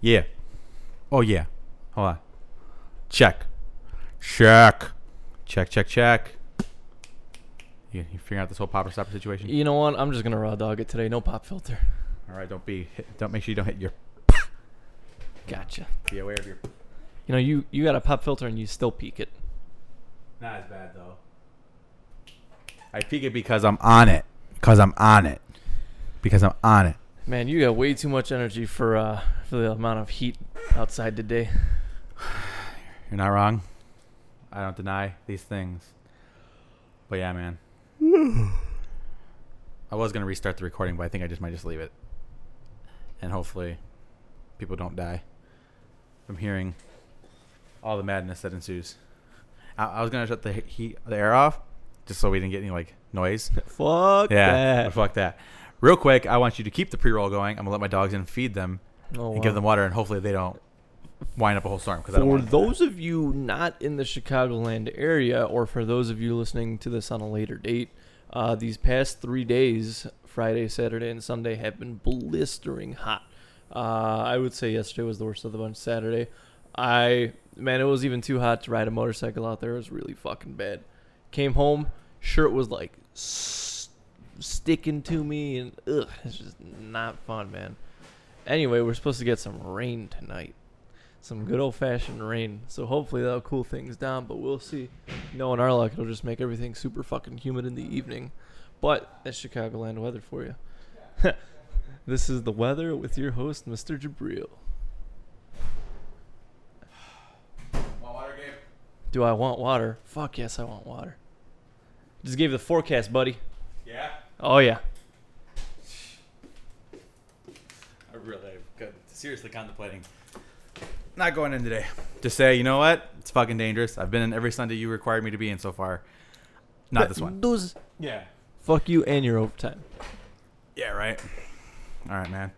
Yeah. Oh yeah. Hold on. Check. Check. Check. Check. Check. You, you figuring out this whole popper stopper situation? You know what? I'm just gonna raw dog it today. No pop filter. All right. Don't be. hit- Don't make sure you don't hit your. Gotcha. Be aware of your. You know, you you got a pop filter and you still peek it. Not as bad though. I peek it because I'm on it. Because I'm on it. Because I'm on it. Man, you got way too much energy for uh for the amount of heat outside today. You're not wrong. I don't deny these things. But yeah, man. I was gonna restart the recording, but I think I just might just leave it. And hopefully people don't die from hearing all the madness that ensues. I, I was gonna shut the heat the air off just so we didn't get any like noise. Fuck Yeah. that. but Fuck that. Real quick, I want you to keep the pre roll going. I'm gonna let my dogs in, feed them, Oh, and wow. give them water, and hopefully they don't wind up a whole storm. Because I don't For want those of you not in the Chicagoland area, or for those of you listening to this on a later date, uh, these past three days, Friday, Saturday, and Sunday, have been blistering hot. Uh, I would say yesterday was the worst of the bunch. Saturday, I man, it was even too hot to ride a motorcycle out there. It was really fucking bad. Came home, shirt was like s- sticking to me, and ugh, it's just not fun, man. Anyway, we're supposed to get some rain tonight some good old fashioned rain. So hopefully that'll cool things down, but we'll see. Knowing our luck, it'll just make everything super fucking humid in the evening. But that's Chicagoland weather for you. this is the weather with your host, Mr. Jabril. Do I want water? Fuck yes, I want water. Just gave the forecast, buddy. Yeah. Oh yeah. I really got seriously contemplating not going in today. To say, you know what? It's fucking dangerous. I've been in every Sunday you required me to be in so far. Not this one. Those- Yeah. Fuck you and your overtime. Yeah, right. All right, man.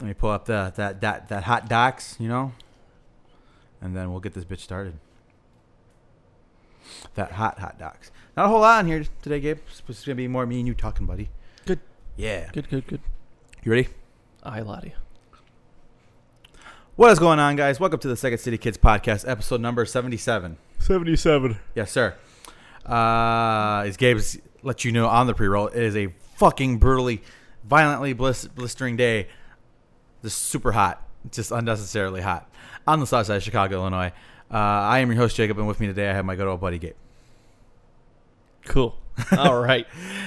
Let me pull up the that that that hot docs, you know, and then we'll get this bitch started. That hot hot docs. Not a whole lot on here today, Gabe. It's just gonna be more me and you talking, buddy. Good. Yeah. Good, good, good. You ready? I lie to you. What is going on, guys? Welcome to the Second City Kids podcast, episode number seventy-seven. 77. Yes, sir. Uh, as Gabe's let you know on the pre-roll, it is a fucking brutally, violently blis- blistering day. Just super hot, just unnecessarily hot on the south side of Chicago, Illinois. Uh, I am your host Jacob, and with me today I have my good old buddy Gabe. Cool. All right.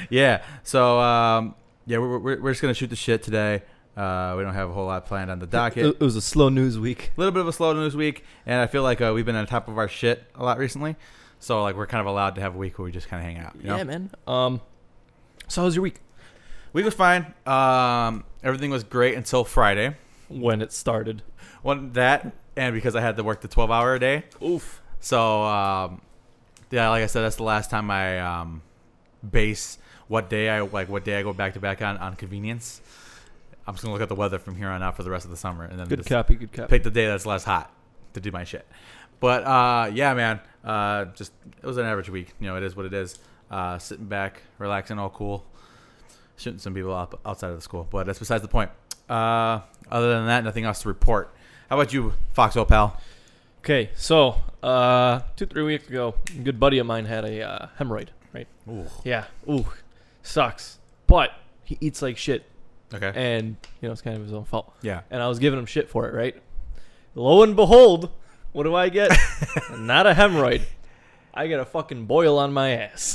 Yeah. So um, yeah, we're, we're, we're just gonna shoot the shit today. Uh, we don't have a whole lot planned on the docket. It was a slow news week. a little bit of a slow news week, and I feel like uh, we've been on top of our shit a lot recently. So like we're kind of allowed to have a week where we just kind of hang out. You know? Yeah, man. Um, so how was your week? Week was fine. Um, everything was great until Friday. When it started. One that, and because I had to work the twelve-hour day, Oof. so um, yeah, like I said, that's the last time I um, base what day I like what day I go back to back on on convenience. I'm just gonna look at the weather from here on out for the rest of the summer, and then Good just copy. Good copy. pick the day that's less hot to do my shit. But uh, yeah, man, uh, just it was an average week. You know, it is what it is. Uh, sitting back, relaxing, all cool, shooting some people up outside of the school. But that's besides the point. Uh, other than that, nothing else to report. How about you, Foxhole pal? Okay, so uh, two three weeks ago, a good buddy of mine had a uh, hemorrhoid. Right. Ooh. Yeah. Ooh, sucks. But he eats like shit, Okay. and you know it's kind of his own fault. Yeah. and I was giving him shit for it, right? Lo and behold, what do I get? Not a hemorrhoid. I get a fucking boil on my ass.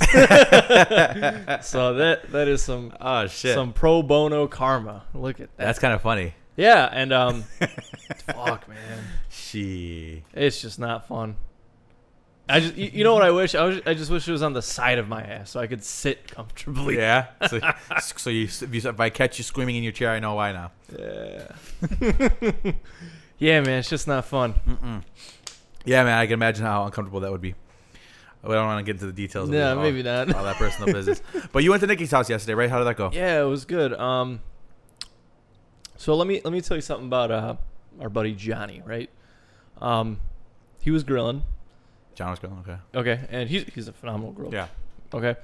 so that that is some Oh shit. some pro bono karma. Look at that. that's kind of funny. yeah, and um fuck man. She. It's just not fun. I just you, you know what I wish? I was I just wish it was on the side of my ass so I could sit comfortably. Yeah. So, so you, if you if I catch you screaming in your chair, I know why now. Yeah. yeah, man, it's just not fun. Yeah, man, I can imagine how uncomfortable that would be. We don't want to get into the details. Yeah, of all- maybe not. All that personal business. But you went to Nikki's house yesterday, right? How did that go? Yeah, it was good. Um, so let me let me tell you something about uh, our buddy Johnny, right? Um, he was grilling, John was going okay. okay, and he's he's a phenomenal griller. Yeah, Okay.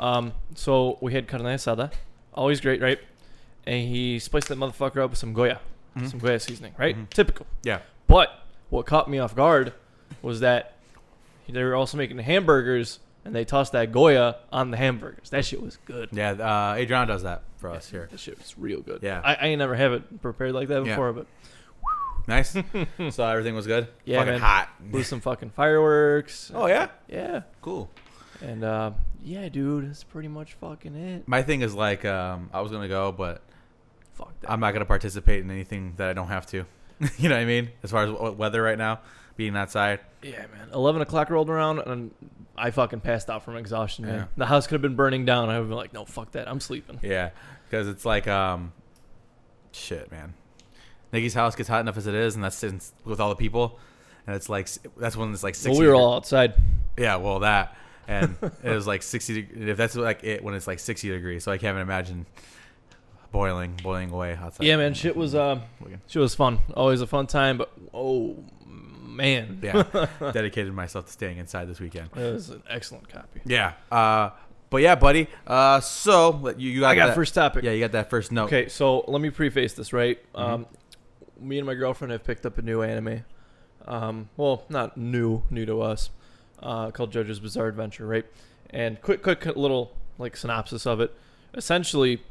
Um, so we had carne asada, always great, right? And he spiced that motherfucker up with some goya, Mhm. some glass seasoning, right? Mhm. Typical. Yeah. But what caught me off guard was that they were also making hamburgers and they tossed that Goya on the hamburgers. That shit was good. Yeah, uh, Adriana does that for us here. That shit was real good. Yeah. I, I ain't never have it prepared like that Yeah. before, but Nice. so everything was good. Yeah, Fucking man. hot. blew some fucking fireworks. Oh yeah. Yeah. Cool. And uh, yeah, dude, that's pretty much fucking it. My thing is like um, I was gonna go, but Fuck that. I'm not gonna participate in anything that I don't have to. you know what I mean? As far as w- weather right now, being outside. yeah, man. Eleven o'clock rolled around and I fucking passed out from exhaustion, man. Yeah. The house could have been burning down. I would have been like, no, fuck that. I'm sleeping. Yeah, because it's like um, shit, man. Nikki's house gets hot enough as it is, and that's since with all the people, and it's like s- that's when it's like sixty. Well, we were all outside. Yeah, well that, and it was like sixty. deg- If that's like it when it's like sixty degrees, so I can't even imagine boiling, boiling away outside. Yeah, man. Shit was uh, Looking- shit was fun. Always a fun time. But oh man, Yeah, dedicated myself to staying inside this weekend. it was an excellent copy. Yeah, uh, but yeah, buddy. Uh, so you you got, I got that, first topic. Yeah, you got that first note. Okay, so let me preface this, right? Um, me and my girlfriend have picked up a new anime. Um, well, not new, new to us, uh, called JoJo's Bizarre Adventure, right? And quick, quick little like synopsis of it. Essentially,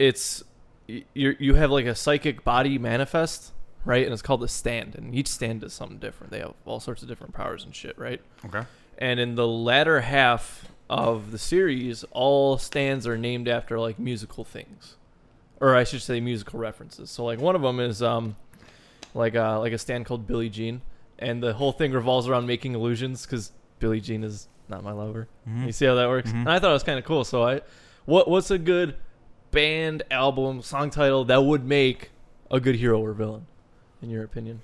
it's you you have like a psychic body manifest, right? And it's called a stand, and each stand does something different. They have all sorts of different powers and shit, right? Okay. And in the latter half of the series, all stands are named after like musical things, or I should say musical references. So like one of them is um, like a like a stand called Billie Jean, and the whole thing revolves around making illusions because Billie Jean is not my lover. Mhm. You see how that works? Mhm. And I thought it was kind of cool. So I, what what's a good band album song title that would make a good hero or villain, in your opinion?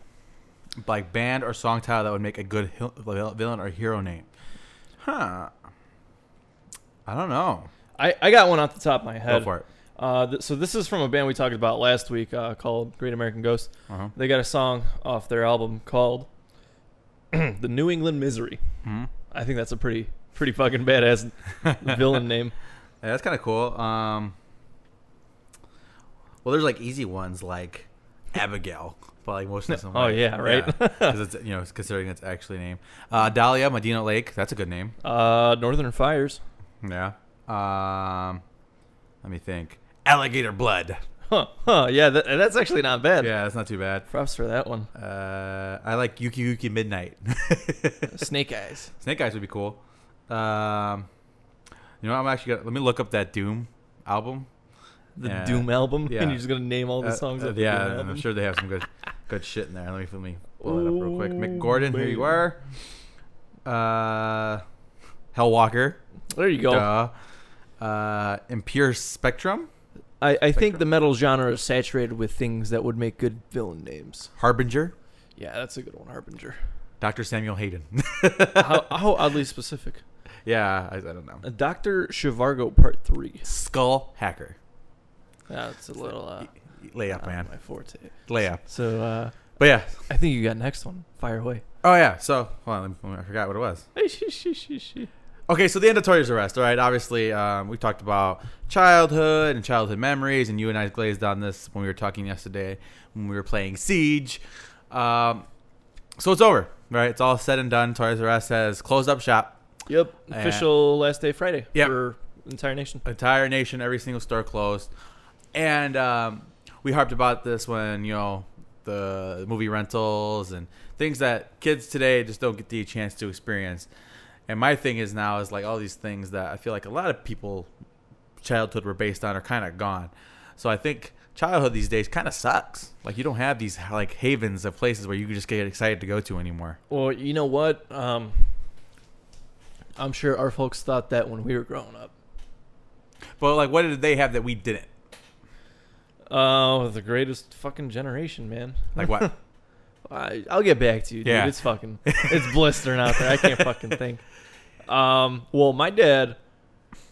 like band or song title that would make a good hil- villain or hero name. Huh. I don't know. I, I got one off the top of my Go head. for it. Uh, th- so this is from a band we talked about last week uh, called Great American Ghost. Uh-huh. They got a song off their album called "The New England Misery." hmm I think that's a pretty pretty fucking badass villain name. Yeah, that's kind of cool. Um, well, there's like easy ones like Abigail, but like most of them. Oh, like- yeah, right? Because it's you know it's considering it's actually a name. Uh, Dahlia Medina Lake. That's a good name. Uh, Northern Fires. Yeah. Um, let me think. Alligator Blood. Huh? Huh? Yeah, that, that's actually not bad. Yeah, that's not too bad. Props for that one. Uh, I like Yuki Yuki Midnight. Snake Eyes. Snake Eyes would be cool. Um, you know, what, I'm actually gonna let me look up that Doom album. The Yeah. Doom album. Yeah. And you're just gonna name all the Uh, songs. uh, of the yeah, Doom and album? I'm sure they have some good, good shit in there. Let me let me pull that up real quick. Mick Ooh, Gordon, here baby. you are. Uh, Hellwalker. There you go. Duh. Uh, Impure Spectrum, I, I think the metal genre is saturated with things that would make good villain names. Harbinger, Yeah, that's a good one, Harbinger. Doctor Samuel Hayden. how, how oddly specific. yeah, I, I don't know. Doctor Shivargo Part Three. Skull Hacker. That's a little uh, Lay up, not man. my forte. Lay up. So uh, But yeah. I think you got next one. Fire away. Oh yeah. So hold on, let me- let me- I forgot what it was. yeah, Okay, so the end of Tori's arrest, all right? Obviously, um, we talked about childhood and childhood memories, and you and I glazed on this when we were talking yesterday when we were playing Siege. Um, so it's over, right? It's all said and done. Tori's arrest has closed up shop. Yep. Yeah. Official last day Friday Yep. for entire nation. Entire nation, every single store closed. And um, we harped about this when, you know, the movie rentals and things that kids today just don't get the chance to experience. And my thing is now is like all these things that I feel like a lot of people childhood were based on are kind of gone. So I think childhood these days kind of sucks. Like you don't have these like havens of places where you can just get excited to go to anymore. Well, you know what? Um, I'm sure our folks thought that when we were growing up. But like, what did they have that we didn't? Oh, the greatest fucking generation, man. Like what? I, I'll get back to you, dude. Yeah. It's fucking, it's blistering out there. I can't fucking think. Um, well, my dad,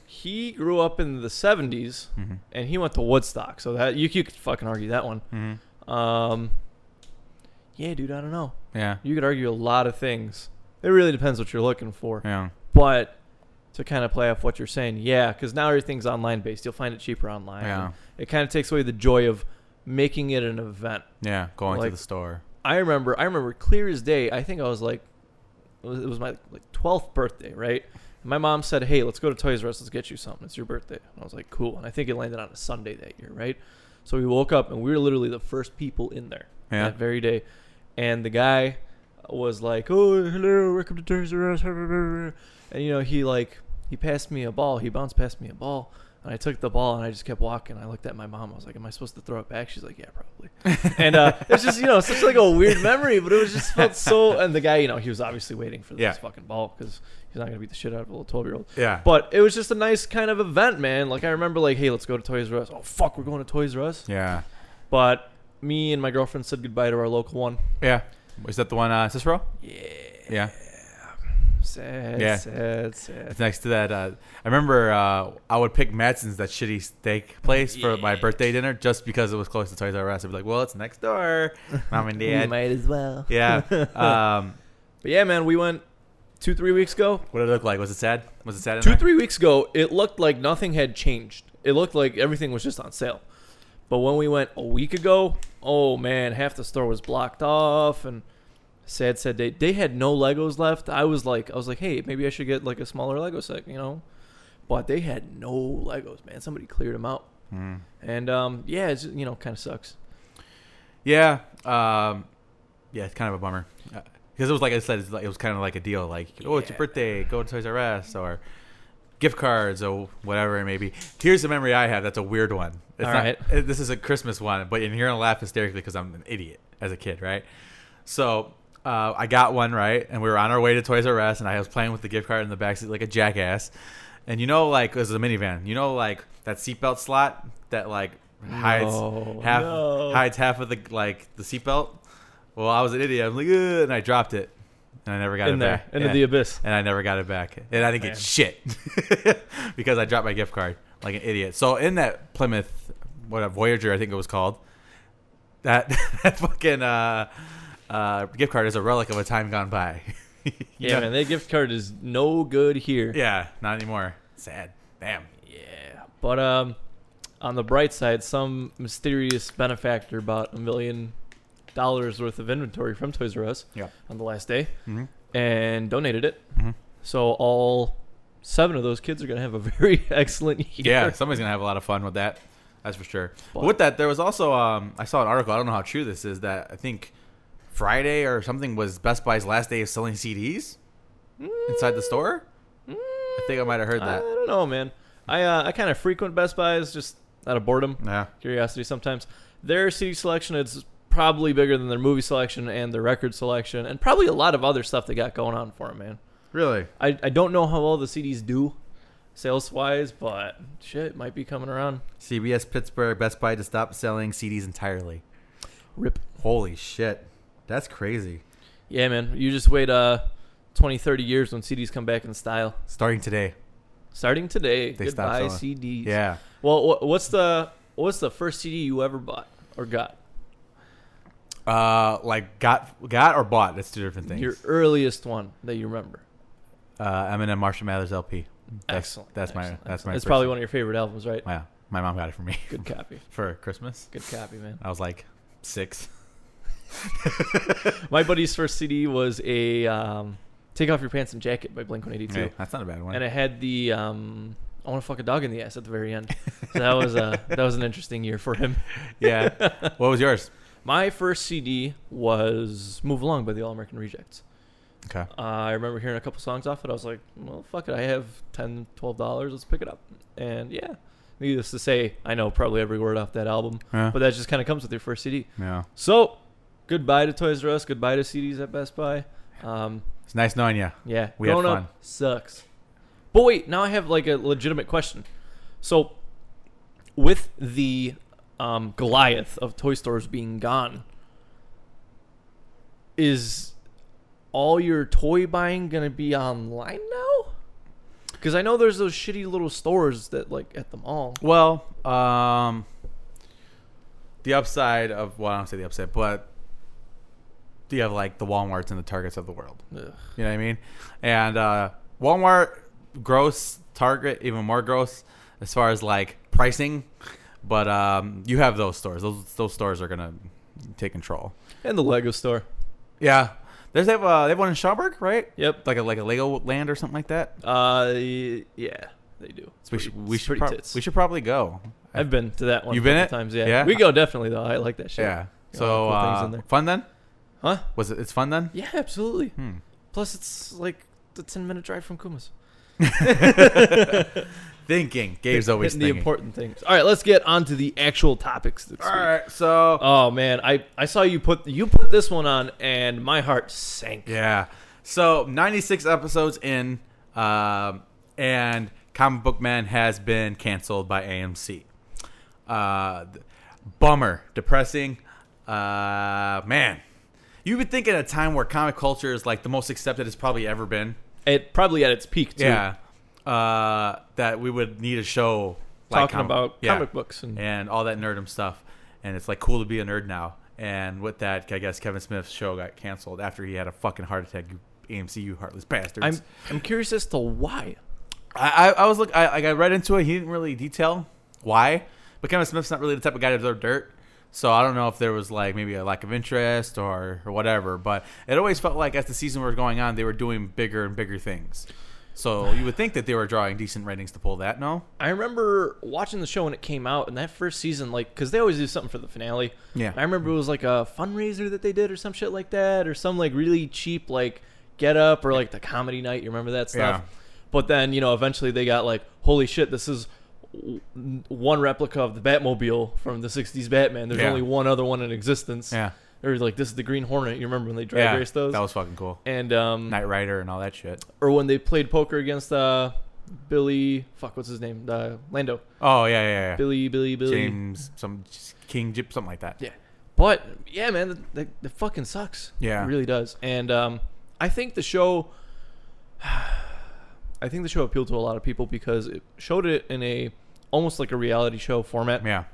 he grew up in the '70s, Mhm. and he went to Woodstock. So that you, you could fucking argue that one. Mhm. Um, yeah, dude. I don't know. Yeah, You could argue a lot of things. It really depends what you're looking for. yeah, But to kind of play off what you're saying, yeah, because now everything's online based. You'll find it cheaper online. Yeah. It kind of takes away the joy of making it an event. Yeah, going Like- to the store. I remember, I remember clear as day. I think I was like, it was, it was my like twelfth birthday, right? My mom said, "Hey, let's go to Toys R Us. Let's get you something. It's your birthday." And I was like, "Cool." And I think it landed on a Sunday that year, right? So we woke up and we were literally the first people in there Yeah. that very day, and the guy was like, "Oh, hello, welcome to Toys R Us," and you know he like he passed me a ball. He bounced past me a ball. And I took the ball and I just kept walking. I looked at my mom. I was like, "Am I supposed to throw it back?" She's like, "Yeah, probably." and uh, it's just you know such like a weird memory, but it was just felt so. And the guy, you know, he was obviously waiting for this Yeah. fucking ball because he's not gonna beat the shit out of a little twelve year old. Yeah. But it was just a nice kind of event, man. Like I remember, like, hey, let's go to Toys R Us. Oh fuck, we're going to Toys R Us. yeah. But me and my girlfriend said goodbye to our local one. Yeah. Is that the one, uh, Cicero? Yeah. Yeah. Sad. Yeah. Sad. Sad. It's next to that. Uh, I remember uh, I would pick Madsen's, that shitty steak place, for my Yeah. birthday dinner just because it was close to Toys R Us. I'd be like, well, it's next door. Mom and We dad. might as well. yeah. Um, But yeah, man, we went two, three weeks ago. what did it look like? Was it sad? Was it sad? In Two, there? three weeks ago, it looked like nothing had changed. It looked like everything was just on sale. But when we went a week ago, oh man, half the store was blocked off and sad sad day. They had no Legos left. I was like I was like, hey, maybe I should get like a smaller Lego set, you know? But they had no Legos, man. Somebody cleared them out. Mm. And um, yeah, it's you know, kind of sucks. Yeah. Um, yeah, it's kind of a bummer. Because it was like I said, it's like, it was kind of like a deal. Like, oh, it's your Yeah. birthday. Go to Toys R Us or gift cards or whatever it may be. Here's the memory I have. That's a weird one. It's All not- right. it- This is a Christmas one, but and you're gonna laugh hysterically because I'm an idiot as a kid, right? So uh, I got one right, and we were on our way to Toys R Us, and I was playing with the gift card in the backseat like a jackass. And you know, like this is a minivan. You know, like that seatbelt slot that like hides No, half no. hides half of the like the seatbelt. Well, I was an idiot. I'm like, "Ugh," and I dropped it, and I never got In it there, back. into Yeah. the abyss. and I never got it back, and I didn't Man. get shit because I dropped my gift card like an idiot. So in that Plymouth, what a Voyager, I think it was called, that that fucking uh, uh, gift card is a relic of a time gone by. You Yeah, know? man, that gift card is no good here. yeah, not anymore. Sad. Damn. Yeah, but um, on the bright side, some mysterious benefactor bought a million dollars worth of inventory from Toys R Us Yeah. on the last day Mm-hmm. and donated it. Mhm. So all seven of those kids are gonna have a very excellent Yeah, year. somebody's gonna have a lot of fun with that. That's for sure. But, But- with that, there was also um, I saw an article. I don't know how true this is. That I think Friday or something was Best Buy's last day of selling CDs inside the store. I think Mm, I might have heard I that. don't know, man. I uh, I kind of frequent Best Buys just out of boredom, Yeah, curiosity sometimes. Their CD selection is probably bigger than their movie selection and their record selection, and probably a lot of other stuff they got going on for 'em, man. really. I, I don't know how well the CDs do sales wise, but shit it might be coming around. CBS Pittsburgh Best Buy to stop selling CDs entirely. Rip. Holy shit, that's crazy. Yeah, man. You just wait uh 20, 30 years when CDs come back in style. Starting today. Starting today, They stop goodbye selling. CDs. Yeah. Well, wha- what's the what's the first CD you ever bought or got? Uh, like got got or bought. That's two different things. Your earliest one that you remember. uh, Eminem, Marshall Mathers LP. That's, excellent. That's my. excellent, That's my. excellent. It's probably one of your favorite albums, right? Yeah, my mom got it for me. Good copy. for Christmas. Good copy, man. I was like six. Uh, My buddy's first CD was a um, "Take Off Your Pants and Jacket" by Blink One Eighty Two. Hey, that's not a bad one. and it had the um, I want to fuck a dog in the ass at the very end. So that was uh, that was an interesting year for him. yeah. What was yours? My first CD was "Move Along" by the All American Rejects. Okay. Uh, I remember hearing a couple songs off it. I was like, well, fuck it. I have 10 dollars. Let's pick it up. And yeah, needless to say, I know probably every word off that album, Yeah. but that just kind of comes with your first CD. yeah. So goodbye to Toys R Us. Goodbye to CDs at Best Buy. Um, It's nice knowing you. Yeah, We had growing fun. up sucks. But wait, now I have like a legitimate question. So, with the um, Goliath of toy stores being gone, is all your toy buying gonna be online now? Because I know there's those shitty little stores that like at the mall. Well, um, the upside of well, I don't say the upside, but you have like the WalMarts and the Targets of the world. Ugh. You know what I mean? And uh, Walmart gross, Target even more gross as far as like pricing But um, you have those stores. Those those stores are gonna take control. And the Lego store. Yeah, there's they have uh, they have one in Schaumburg, right? Yep. Like a like a Lego Land or something like that. Uh, y- yeah, they do. It's we pretty- should we it's should pretty prob- tits. we should probably go. I've been to that one. You've a been it? couple Times, yeah. Yeah? We go definitely though. I like that shit. Yeah. Yeah, So cool things uh, in there. fun then? Huh? Was it? It's fun then? Yeah, absolutely. Hmm. Plus, it's like the ten minute drive from Kuma's. Thinking. Gabe's always Hitting the thinking. important things. All right, let's get on to the actual topics. This All week. right. So Oh man, I I saw you put you put this one on, and my heart sank. Yeah. So 96 episodes in, um, and Comic Book Man has been canceled by AMC. Uh, th- bummer, depressing. Uh, man, you would think at a time where comic culture is like the most accepted it's probably ever been. It probably at its peak too. Yeah. Uh, that we would need a show like talking comic- about yeah comic books and and all that nerdum stuff. And it's like cool to be a nerd now. And with that, I guess Kevin Smith's show got canceled after he had a fucking heart attack. You AMC, you heartless bastards. I'm I'm curious as to why. I, I, I was look. I, like I read into it. He didn't really detail why, but Kevin Smith's not really the type of guy to throw dirt. So I don't know if there was like maybe a lack of interest or or whatever. But it always felt like as the season was going on, they were doing bigger and bigger things. So you would think that they were drawing decent ratings to pull that. No. I remember watching the show when it came out, and that first season, like, because they always do something for the finale. Yeah. I remember it was like a fundraiser that they did, or some shit like that, or some like really cheap like get up, or like the comedy night. You remember that stuff? Yeah. But then you know, eventually they got like, holy shit, this is w- one replica of the Batmobile from the '60s Batman. There's Yeah. only one other one in existence. Yeah. Or like this is the Green Hornet. You remember when they drag Yeah. raced those? That was fucking cool. and um, Knight Rider and all that shit. or when they played poker against uh, Billy, fuck, what's his name? Uh, Lando. Oh yeah, yeah, yeah. Billy, Billy, Billy. James, some King Jip, something like that. Yeah. But yeah, man, that, that, that fucking sucks. Yeah. It really does. And um, I think the show, I think the show appealed to a lot of people because it showed it in a almost like a reality show format. yeah,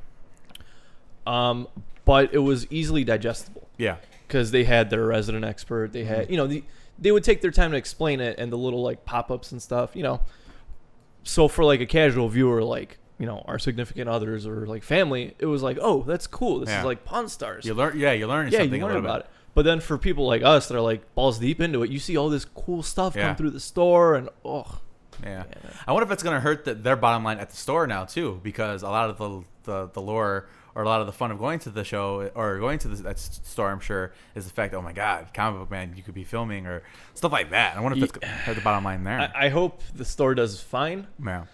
Um, but it was easily digestible yeah, because they had their resident expert. They Mm-hmm. had, you know, the, they would take their time to explain it and the little like pop ups and stuff, you know. So for like a casual viewer, like you know, our significant others or like family, it was like, oh, that's cool. This Yeah. is like Pawn Stars. You learn, yeah, you learn yeah, something you learn a little about bit. it. But then for people like us that are like balls deep into it, you see all this cool stuff Yeah. come through the store, and oh, Yeah. Yeah, man. I wonder if it's gonna hurt that their bottom line at the store now too, because a lot of the the, the lore or a lot of the fun of going to the show or going to the, that s- store, I'm sure, is the fact, oh my god, comic book man, you could be filming or stuff like that. I wonder if that's gonna hurt the bottom line there. I, I hope the store does fine. yeah,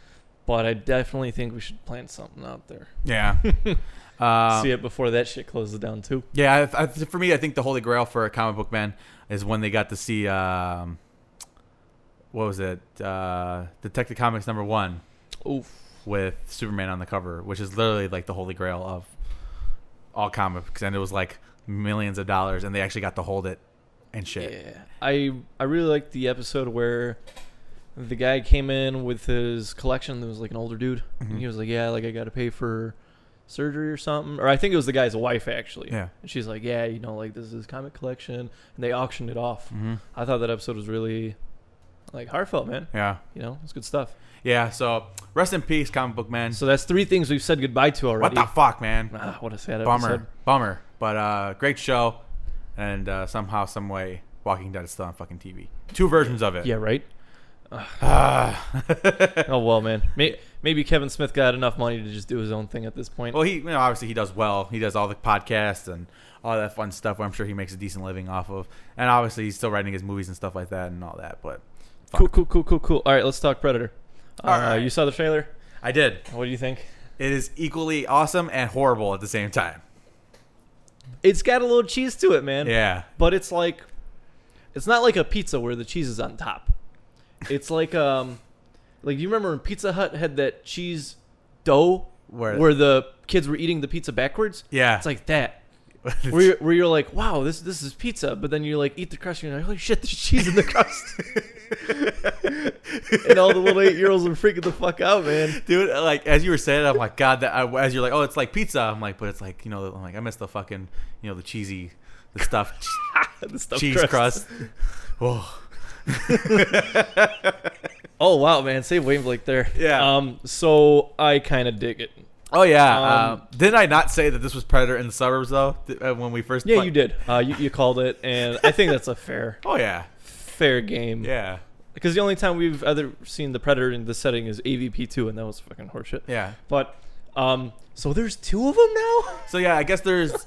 But I definitely think we should plan something out there. yeah. Um, see it before that shit closes down too. Yeah, I, I, for me, I think the holy grail for a comic book man is when they got to see um, what was it, uh, Detective Comics number one Oof. with Superman on the cover, which is literally like the holy grail of all comics, and it was like millions of dollars, and they actually got to hold it and shit. Yeah, I I really liked the episode where the guy came in with his collection. There was like an older dude, Mm-hmm. and he was like, "Yeah, like I got to pay for surgery or something." Or I think it was the guy's wife actually. Yeah. and she's like, "Yeah, you know, like this is his comic collection," and they auctioned it off. hmm I thought that episode was really like heartfelt, man. yeah, Mm-hmm. You know, it's good stuff. yeah. So rest in peace, comic book man. So that's three things we've said goodbye to what already. the fuck, man? Ah, what a sad Bummer, episode. bummer. But uh, great show, and uh, somehow, some way, Walking Dead is still on fucking TV. Two versions of it. Yeah, right. Ah. Oh well, man. May- maybe Kevin Smith got enough money to just do his own thing at this point. Well, he you know obviously he does well. He does all the podcasts and all that fun stuff. Where I'm sure he makes a decent living off of. And obviously he's still writing his movies and stuff like that and all that. But fuck. Cool, cool, cool, cool, cool. All right, let's talk Predator. Uh, All right. You saw the trailer. I did. What do you think? It is equally awesome and horrible at the same time. It's got a little cheese to it, man. Yeah, But it's like, it's not like a pizza where the cheese is on top. It's like um, like you remember when Pizza Hut had that cheese dough Where- the kids were eating the pizza backwards. yeah. It's like that. Where you're, where you're like, wow, this this is pizza, but then you like eat the crust, and you're like, holy shit, there's cheese in the crust, and all the little eight year olds are freaking the fuck out, man. dude. Like as you were saying, it, I'm like, God. That I, as you're like, oh, it's like pizza. I'm like, but it's like you know, I'm like, I miss the fucking you know the cheesy, the stuffed the stuffed cheese crust. Whoa. Oh wow, man! Save Wavelength there. Yeah. Um. So I kind of dig it. Oh yeah. Um, uh, didn't I not say that this was Predator in the suburbs though? Th- uh, when we first. Yeah, pla- you did. Uh, you, you called it, and I think that's a fair Oh yeah. fair game. Yeah. Because the only time we've ever seen the Predator in this setting is AVP two, and that was fucking horseshit. Yeah. But um, so there's two of them now. So yeah, I guess there's.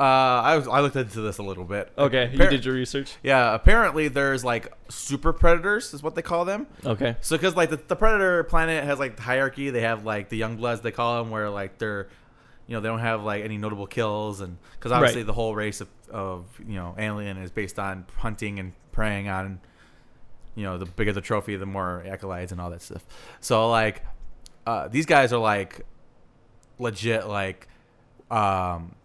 Uh, I was I looked into this a little bit. Okay, you Appar- did your research. Yeah, apparently there's like super predators is what they call them. Okay. So because like the, the predator planet has like the hierarchy, they have like the young bloods they call them, where like they're, you know, they don't have like any notable kills, and because obviously Right. the whole race of, of you know alien is based on hunting and preying on, you know, the bigger the trophy, the more accolades and all that stuff. So like, uh, these guys are like, legit like, um.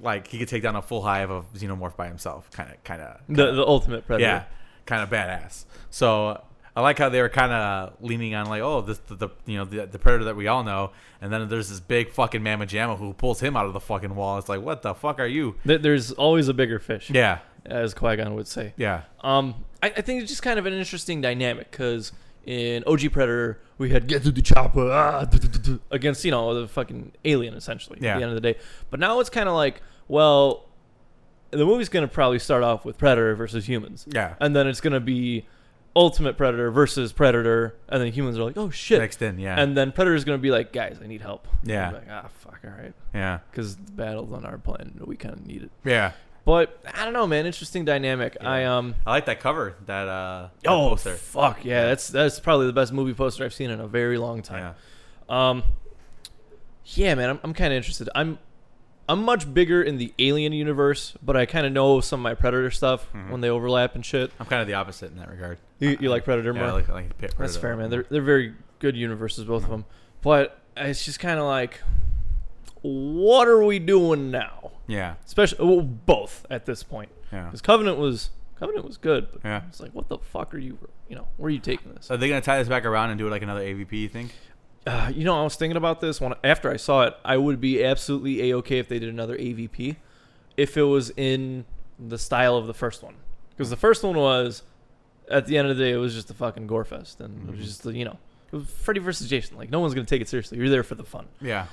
Like he could take down a full hive of xenomorph by himself, kind of, kind of. The the ultimate Predator. Yeah, kind of badass. So I like how they were kind of leaning on like, oh, this the, the you know the, the predator that we all know, and then there's this big fucking mamma jamma who pulls him out of the fucking wall. It's like, what the fuck are you? Th- There's always a bigger fish, Yeah, as Qui Gon would say. yeah, Um, I, I think it's just kind of an interesting dynamic because in OG Predator we had get to the chopper ah, duh, duh, duh, duh, against you know the fucking alien essentially Yeah. at the end of the day. But now it's kind of like well, the movie's gonna probably start off with Predator versus humans, yeah. and then it's gonna be Ultimate Predator versus Predator, and then humans are like oh shit, Next in, yeah, and then Predator's gonna be like guys I need help. Yeah. And be like ah fuck all right, yeah, because the battle's on our planet and we kind of need it. yeah. But I don't know, man. Interesting dynamic. I um. I like that cover. That uh, that Oh poster. fuck yeah, that's that's probably the best movie poster I've seen in a very long Yeah, time. Um, yeah, man, I'm, I'm kind of interested. I'm I'm much bigger in the Alien universe, but I kind of know some of my Predator stuff Mm-hmm. when they overlap and shit. I'm kind of the opposite in that regard. You, you like Predator more? Yeah, I like, I like Predator. Mm-hmm. that's fair, man. They're they're very good universes, both of them. But it's just kind of like, what are we doing now? Yeah, Especially well, both at this point, yeah. because Covenant was Covenant was good, but Yeah. it's like, what the fuck are you? You know, where are you taking this? So are they gonna tie this back around and do it like another AVP? You think? Uh, you know, I was thinking about this when after I saw it, I would be absolutely a okay if they did another AVP, if it was in the style of the first one, because the first one was, at the end of the day, it was just a fucking gore fest, and it was just you know, it was Freddy versus Jason. Like no one's gonna take it seriously. You're there for the fun, Yeah,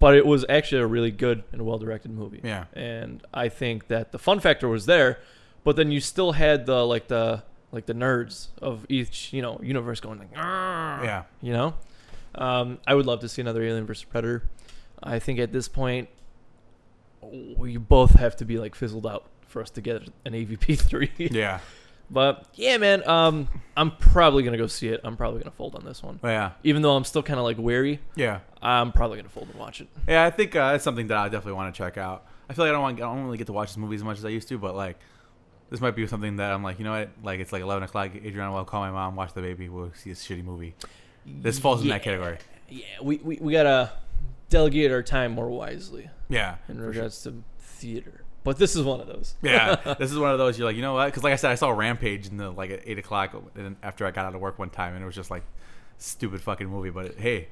but it was actually a really good and well directed movie. yeah, and I think that the fun factor was there, but then you still had the like the like the nerds of each you know universe going like, "Argh," yeah. you know, um, I would love to see another Alien vs Predator. I think at this point, we both have to be like fizzled out for us to get an AVP three. Yeah, But yeah, man, um, I'm probably gonna go see it. I'm probably gonna fold on this one, Oh, yeah, even though I'm still kind of like wary. yeah. I'm probably gonna fold and watch it. Yeah, I think uh, that's something that I definitely want to check out. I feel like I don't want, I don't really get to watch this movie as much as I used to, but like, this might be something that I'm like, you know what? Like, it's like 11 o'clock. Adriana will call my mom, watch the baby. We'll see this shitty movie. This falls in Yeah. that category. Yeah, we, we, we gotta delegate our time more wisely Yeah. in for sure. regards to theater. But this is one of those. yeah, this is one of those you're like, you know what? Because like I said, I saw Rampage in the like at eight o'clock and after I got out of work one time, and it was just like stupid fucking movie. But it, hey,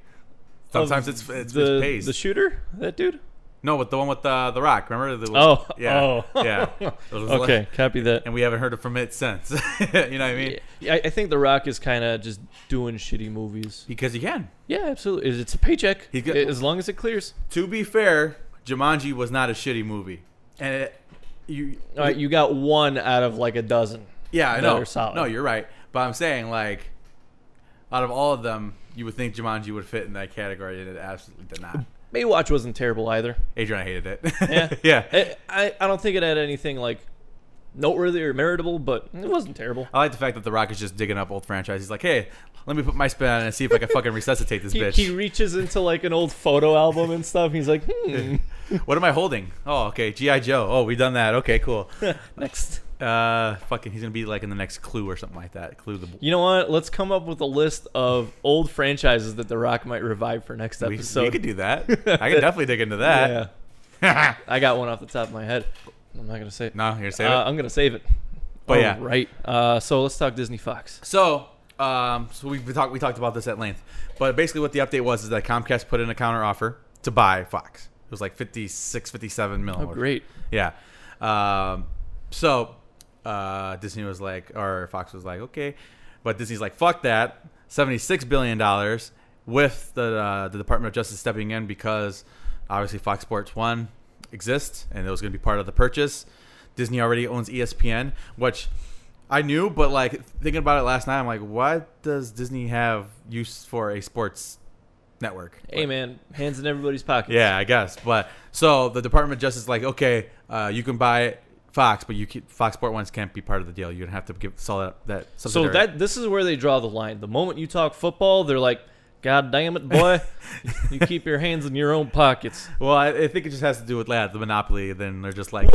sometimes Of it's it's, Oh, the, it's paced. the shooter, that dude. no, but the one with uh, the the Rock, remember? The, Oh, yeah, oh. yeah. It was like- Okay, copy that. and we haven't heard it from it since. you know what I mean? Yeah, yeah, I, I think The Rock is kind of just doing shitty movies. Because he can. Yeah, absolutely. It's- It's a paycheck He's got- as long as it clears. To be fair, Jumanji was not a shitty movie, and it, you, All right, you got one out of like a dozen. yeah, I that know. are solid. No, you're right. But I'm saying like, out of all of them, you would think Jumanji would fit in that category, and it absolutely did not. Baywatch wasn't terrible either. Adrian, I hated it. Yeah, yeah. I, I I don't think it had anything like noteworthy or meritable, but it wasn't terrible. I like the fact that The Rock is just digging up old franchises. He's like, hey, let me put my spin on it and see if I can fucking resuscitate this He, bitch. he reaches into like an old photo album and stuff. He's like, hmm, What am I holding? Oh, okay, GI Joe. Oh, we done that. Okay, cool. next. Uh, fucking, he's gonna be like in the next Clue or something like that. Clue the. You know what? Let's come up with a list of old franchises that The Rock might revive for next We, episode. we could do that. I could definitely dig into that. Yeah, I got one off the top of my head. I'm not gonna say it. No, you're saying Uh, I'm gonna save it. But yeah. right. Uh, so let's talk Disney Fox. So, um, so we talked we talked about this at length, but basically what the update was is that Comcast put in a counter offer to buy Fox. It was like 56, 57 mil. Oh, great. Yeah. Um, so uh, Disney was like, or Fox was like, okay, but Disney's like, fuck that, seventy six billion dollars, with the uh, the Department of Justice stepping in because obviously Fox Sports One exists and it was going to be part of the purchase. Disney already owns E ESPN, which I knew, but like thinking about it last night, I'm like, why does Disney have use for a sports network? Hey man, hands in everybody's pockets. Yeah, I guess. But so the Department of Justice is like, okay, uh, you can buy Fox, but you keep, Fox Sport Ones can't be part of the deal. You're gonna have to give sell that that. So subsidiary. that this is where they draw the line. The moment you talk football, they're like, "God damn it, boy! you keep your hands in your own pockets." well, I, I think it just has to do with that the monopoly. Then they're just like,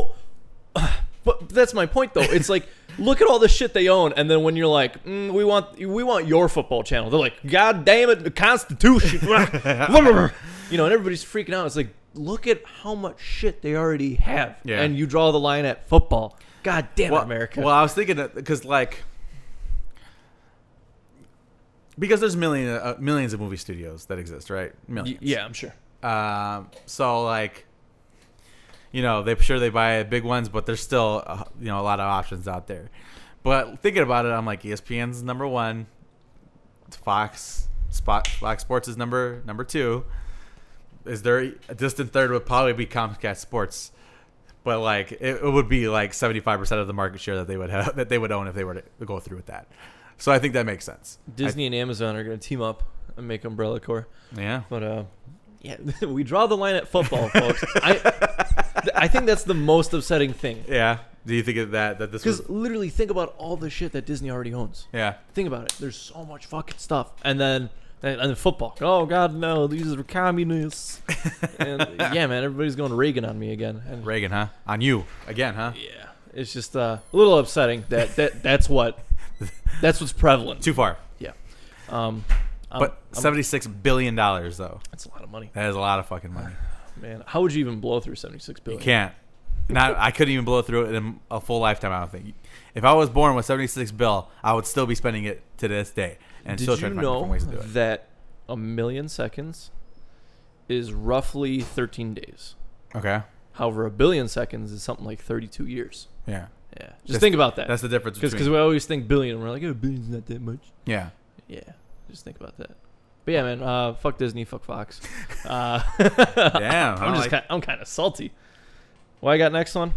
But that's my point, though. It's like, look at all the shit they own, and then when you're like, mm, "We want, we want your football channel," they're like, "God damn it, the Constitution!" you know, and everybody's freaking out. It's like, look at how much shit they already have, Yeah. and you draw the line at football. God damn it, well, America! Well, I was thinking because like because there's million uh, millions of movie studios that exist, right? Y- Millions. yeah, I'm sure. Um, so like, you know, they sure they buy big ones, but there's still uh, you know a lot of options out there. But thinking about it, I'm like E ESPN's number one, Fox Spot Fox Sports is number number two. Is there a distant third would probably be Comcast Sports, but like it, it would be like 75 percent of the market share that they would have that they would own if they were to go through with that. So I think that makes sense. I- Disney and Amazon are going to team up and make Umbrella Corps. yeah. But uh, yeah, we draw the line at football, folks. I I think that's the most upsetting thing Yeah. Do you think of that that this was? because literally think about all the shit that Disney already owns. Yeah. Think about it. There's so much fucking stuff, and then and, and then football. Oh God, no! These are communists. and yeah, man, everybody's going Reagan on me again. And Reagan, huh? On you again, huh? yeah, it's just uh, a little upsetting that that that's what that's what's prevalent. Too far. Yeah. Um, I'm- But I'm- seventy-six billion dollars though. that's a lot of money, That is a lot of fucking money. man. How would you even blow through seventy six You billion? can't. Not I couldn't even blow through it in a full lifetime. I don't think. If I was born with seventy-six bill, I would still be spending it to this day and Did still you trying to find know different ways to do it. that a million seconds is roughly 13 days? Okay. However, a billion seconds is something like 32 years. Yeah. Yeah, just That's- think about that. That's the difference Because between. we always think billion, and we're like, oh, billion's not that much. yeah. Yeah, just think about that. But yeah, man, uh, fuck Disney, fuck Fox. Uh, Damn. I I'm just, like, ki- I'm kind of salty. Well, I got next one.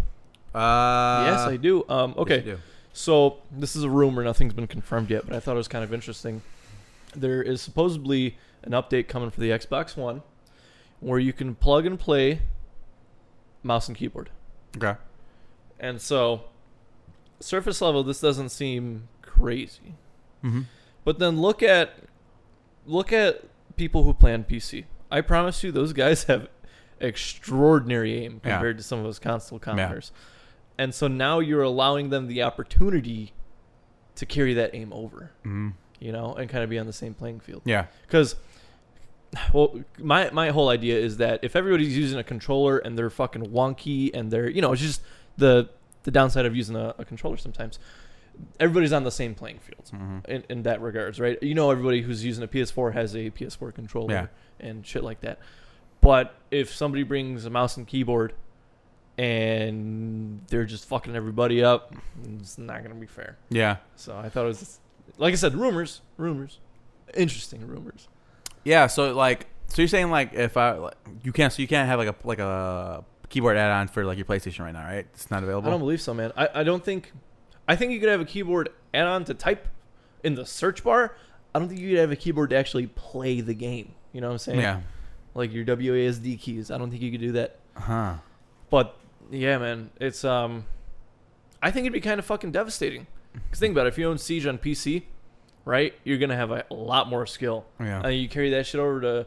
uh, yes, I do. Um, okay, yes, you do. so this is a rumor; nothing's been confirmed yet, but I thought it was kind of interesting. There is supposedly an update coming for the Xbox One, where you can plug and play mouse and keyboard. Okay. And so, surface level, this doesn't seem crazy. Mm-hmm. But then look at look at people who play on PC. I promise you, those guys have extraordinary aim Yeah. compared to some of those console commoners. And so now you're allowing them the opportunity to carry that aim over, Mm-hmm. you know, and kind of be on the same playing field. Yeah. Because, well, my my whole idea is that if everybody's using a controller and they're fucking wonky and they're you know it's just the the downside of using a, a controller sometimes. Everybody's on the same playing field Mm-hmm. in, in that regards, right? You know, everybody who's using a PS4 has a PS4 controller Yeah. and shit like that. But if somebody brings a mouse and keyboard and they're just fucking everybody up, it's not gonna be fair. Yeah. So I thought it was, like I said, rumors, rumors, interesting rumors. Yeah, so like, so you're saying like if I like, you can't so you can't have like a like a keyboard add-on for like your PlayStation right now, right? It's not I don't available. believe so, man. I, I don't think. I think you could have a keyboard add on to type in the search bar. I don't think you could have a keyboard to actually play the game. You know what I'm saying? yeah. Like your WASD keys. I don't think you could do that. Huh. But yeah, man, it's um, I think it'd be kind of fucking devastating. Cause think about it, if you own Siege on PC, right? You're gonna have a lot more skill. Yeah. And you carry that shit over to,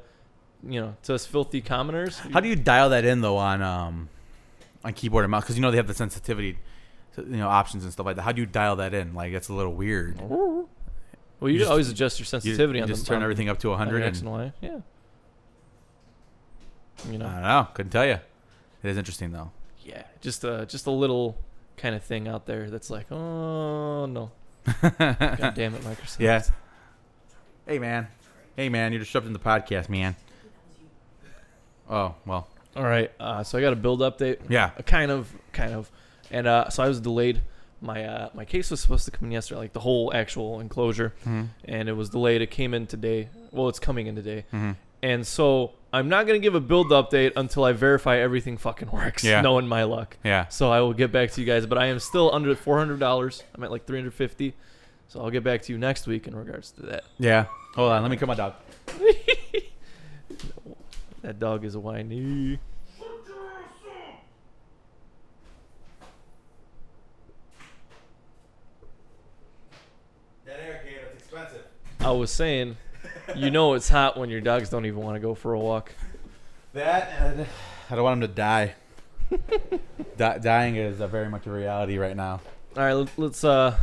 you know, to us filthy commoners. How do you dial that in though on um on keyboard and mouse because you know they have the sensitivity you know options and stuff like that. How do you dial that in? Like that's a little weird. You- Well, you, You could just- always adjust your You, sensitivity on just the, turn on- everything up to on your 100 X and and Y. Yeah. You know. I don't know, couldn't tell you. It is interesting though. yeah, just a just a little kind of thing out there that's like, oh no, god damn it, Microsoft. Yeah. Hey man. Hey man, you're disrupting the podcast, man. Oh, well. All right. Uh, so I got a build update. Yeah. Uh, kind of, kind of, and uh, so I was delayed. my uh, my case was supposed to come in yesterday, like the whole actual enclosure, and it was delayed. It came in today. Well, it's coming in today, Mm-hmm. and so I'm not gonna give a build update until I verify everything fucking works. Yeah. Knowing my luck, Yeah. so I will get back to you guys. But I am still under four hundred dollars. I'm at like three hundred fifty. So I'll get back to you next week in regards to that. Yeah. Hold on. Let me cut my dog. That dog is whiny. That air gate, it's expensive. I was saying, you know it's hot when your dogs don't even want to go for a walk. That and I don't want him to die. Di- dying is uh, very much a reality right now. All right, let, let's uh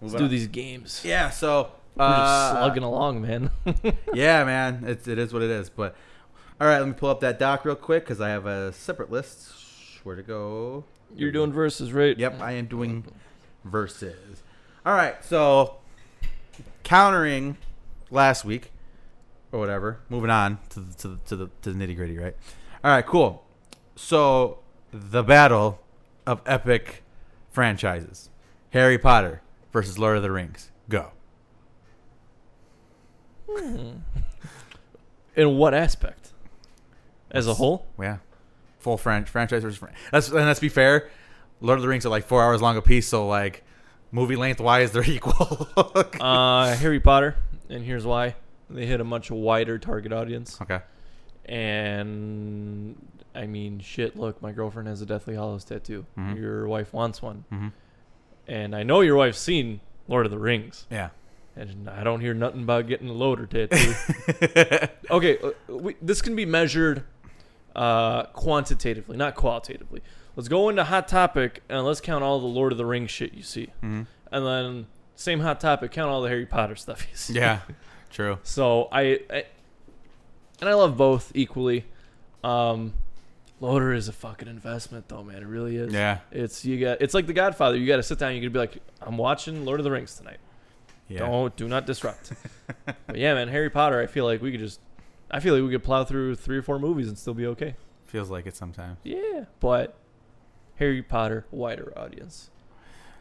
let's Moving do on. these games. Yeah. So. We're uh, just slugging along, man. yeah, man, it's it is what it is. But all right, let me pull up that doc real quick because I have a separate list. Where to go? You're doing verses, right? Yep, I am doing verses. All right, so countering last week or whatever. Moving on to the, to the, to the, to the nitty gritty, right? All right, cool. So the battle of epic franchises: Harry Potter versus Lord of the Rings. Go. In what aspect? As a whole? Yeah, full French franchise versus franchise. That's and let's be fair. Lord of the Rings are like four hours long a piece, so like movie length wise, they're equal. Uh Harry Potter, and here's why. They hit a much wider target audience. okay. And I mean, shit, look, my girlfriend has a Deathly Hollows tattoo. Mhm. Your wife wants one. Mm-hmm. And I know your wife's seen Lord of the Rings. Yeah. And I don't hear nothing about getting a loader tattoo. okay, uh, we, this can be measured uh, quantitatively, not qualitatively. Let's go into Hot Topic and let's count all the Lord of the Rings shit you see. Mhm. And then, same Hot Topic, count all the Harry Potter stuff you see. Yeah. True. So I, I and I love both equally. Um, Loader is a fucking investment, though, man. It really is. Yeah. It's you got. It's like The Godfather. You got to sit down. You got to be like, I'm watching Lord of the Rings tonight. Yeah. Don't do not disrupt. but yeah, man, Harry Potter. I feel like we could just. I feel like we could plow through three or four movies and still be okay. Feels like it sometimes. Yeah, but Harry Potter wider audience,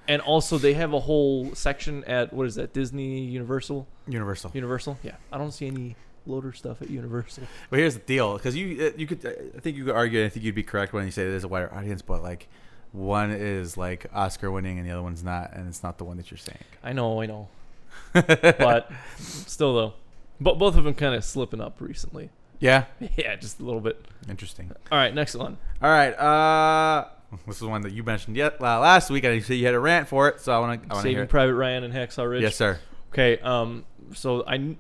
and also they have a whole section at what is that Disney Universal Universal. Universal? Yeah. I don't see any loader stuff at Universal. But here's the deal, because you uh, you could uh, I think you could argue, and I think you'd be correct when you say there's a wider audience, but like one is like Oscar winning and the other one's not, and it's not the one that you're saying. I know, I know. but still though. But both of them kind of slipping up recently. Yeah. Yeah, just a little bit. Interesting. All right, next one. All right. Uh, this is one that you mentioned yet uh, last week. I you said you had a rant for it, so I want to. I want to hear. Saving It. Private Ryan and Hacksaw Ridge. Yes, sir. Okay, um so I kn-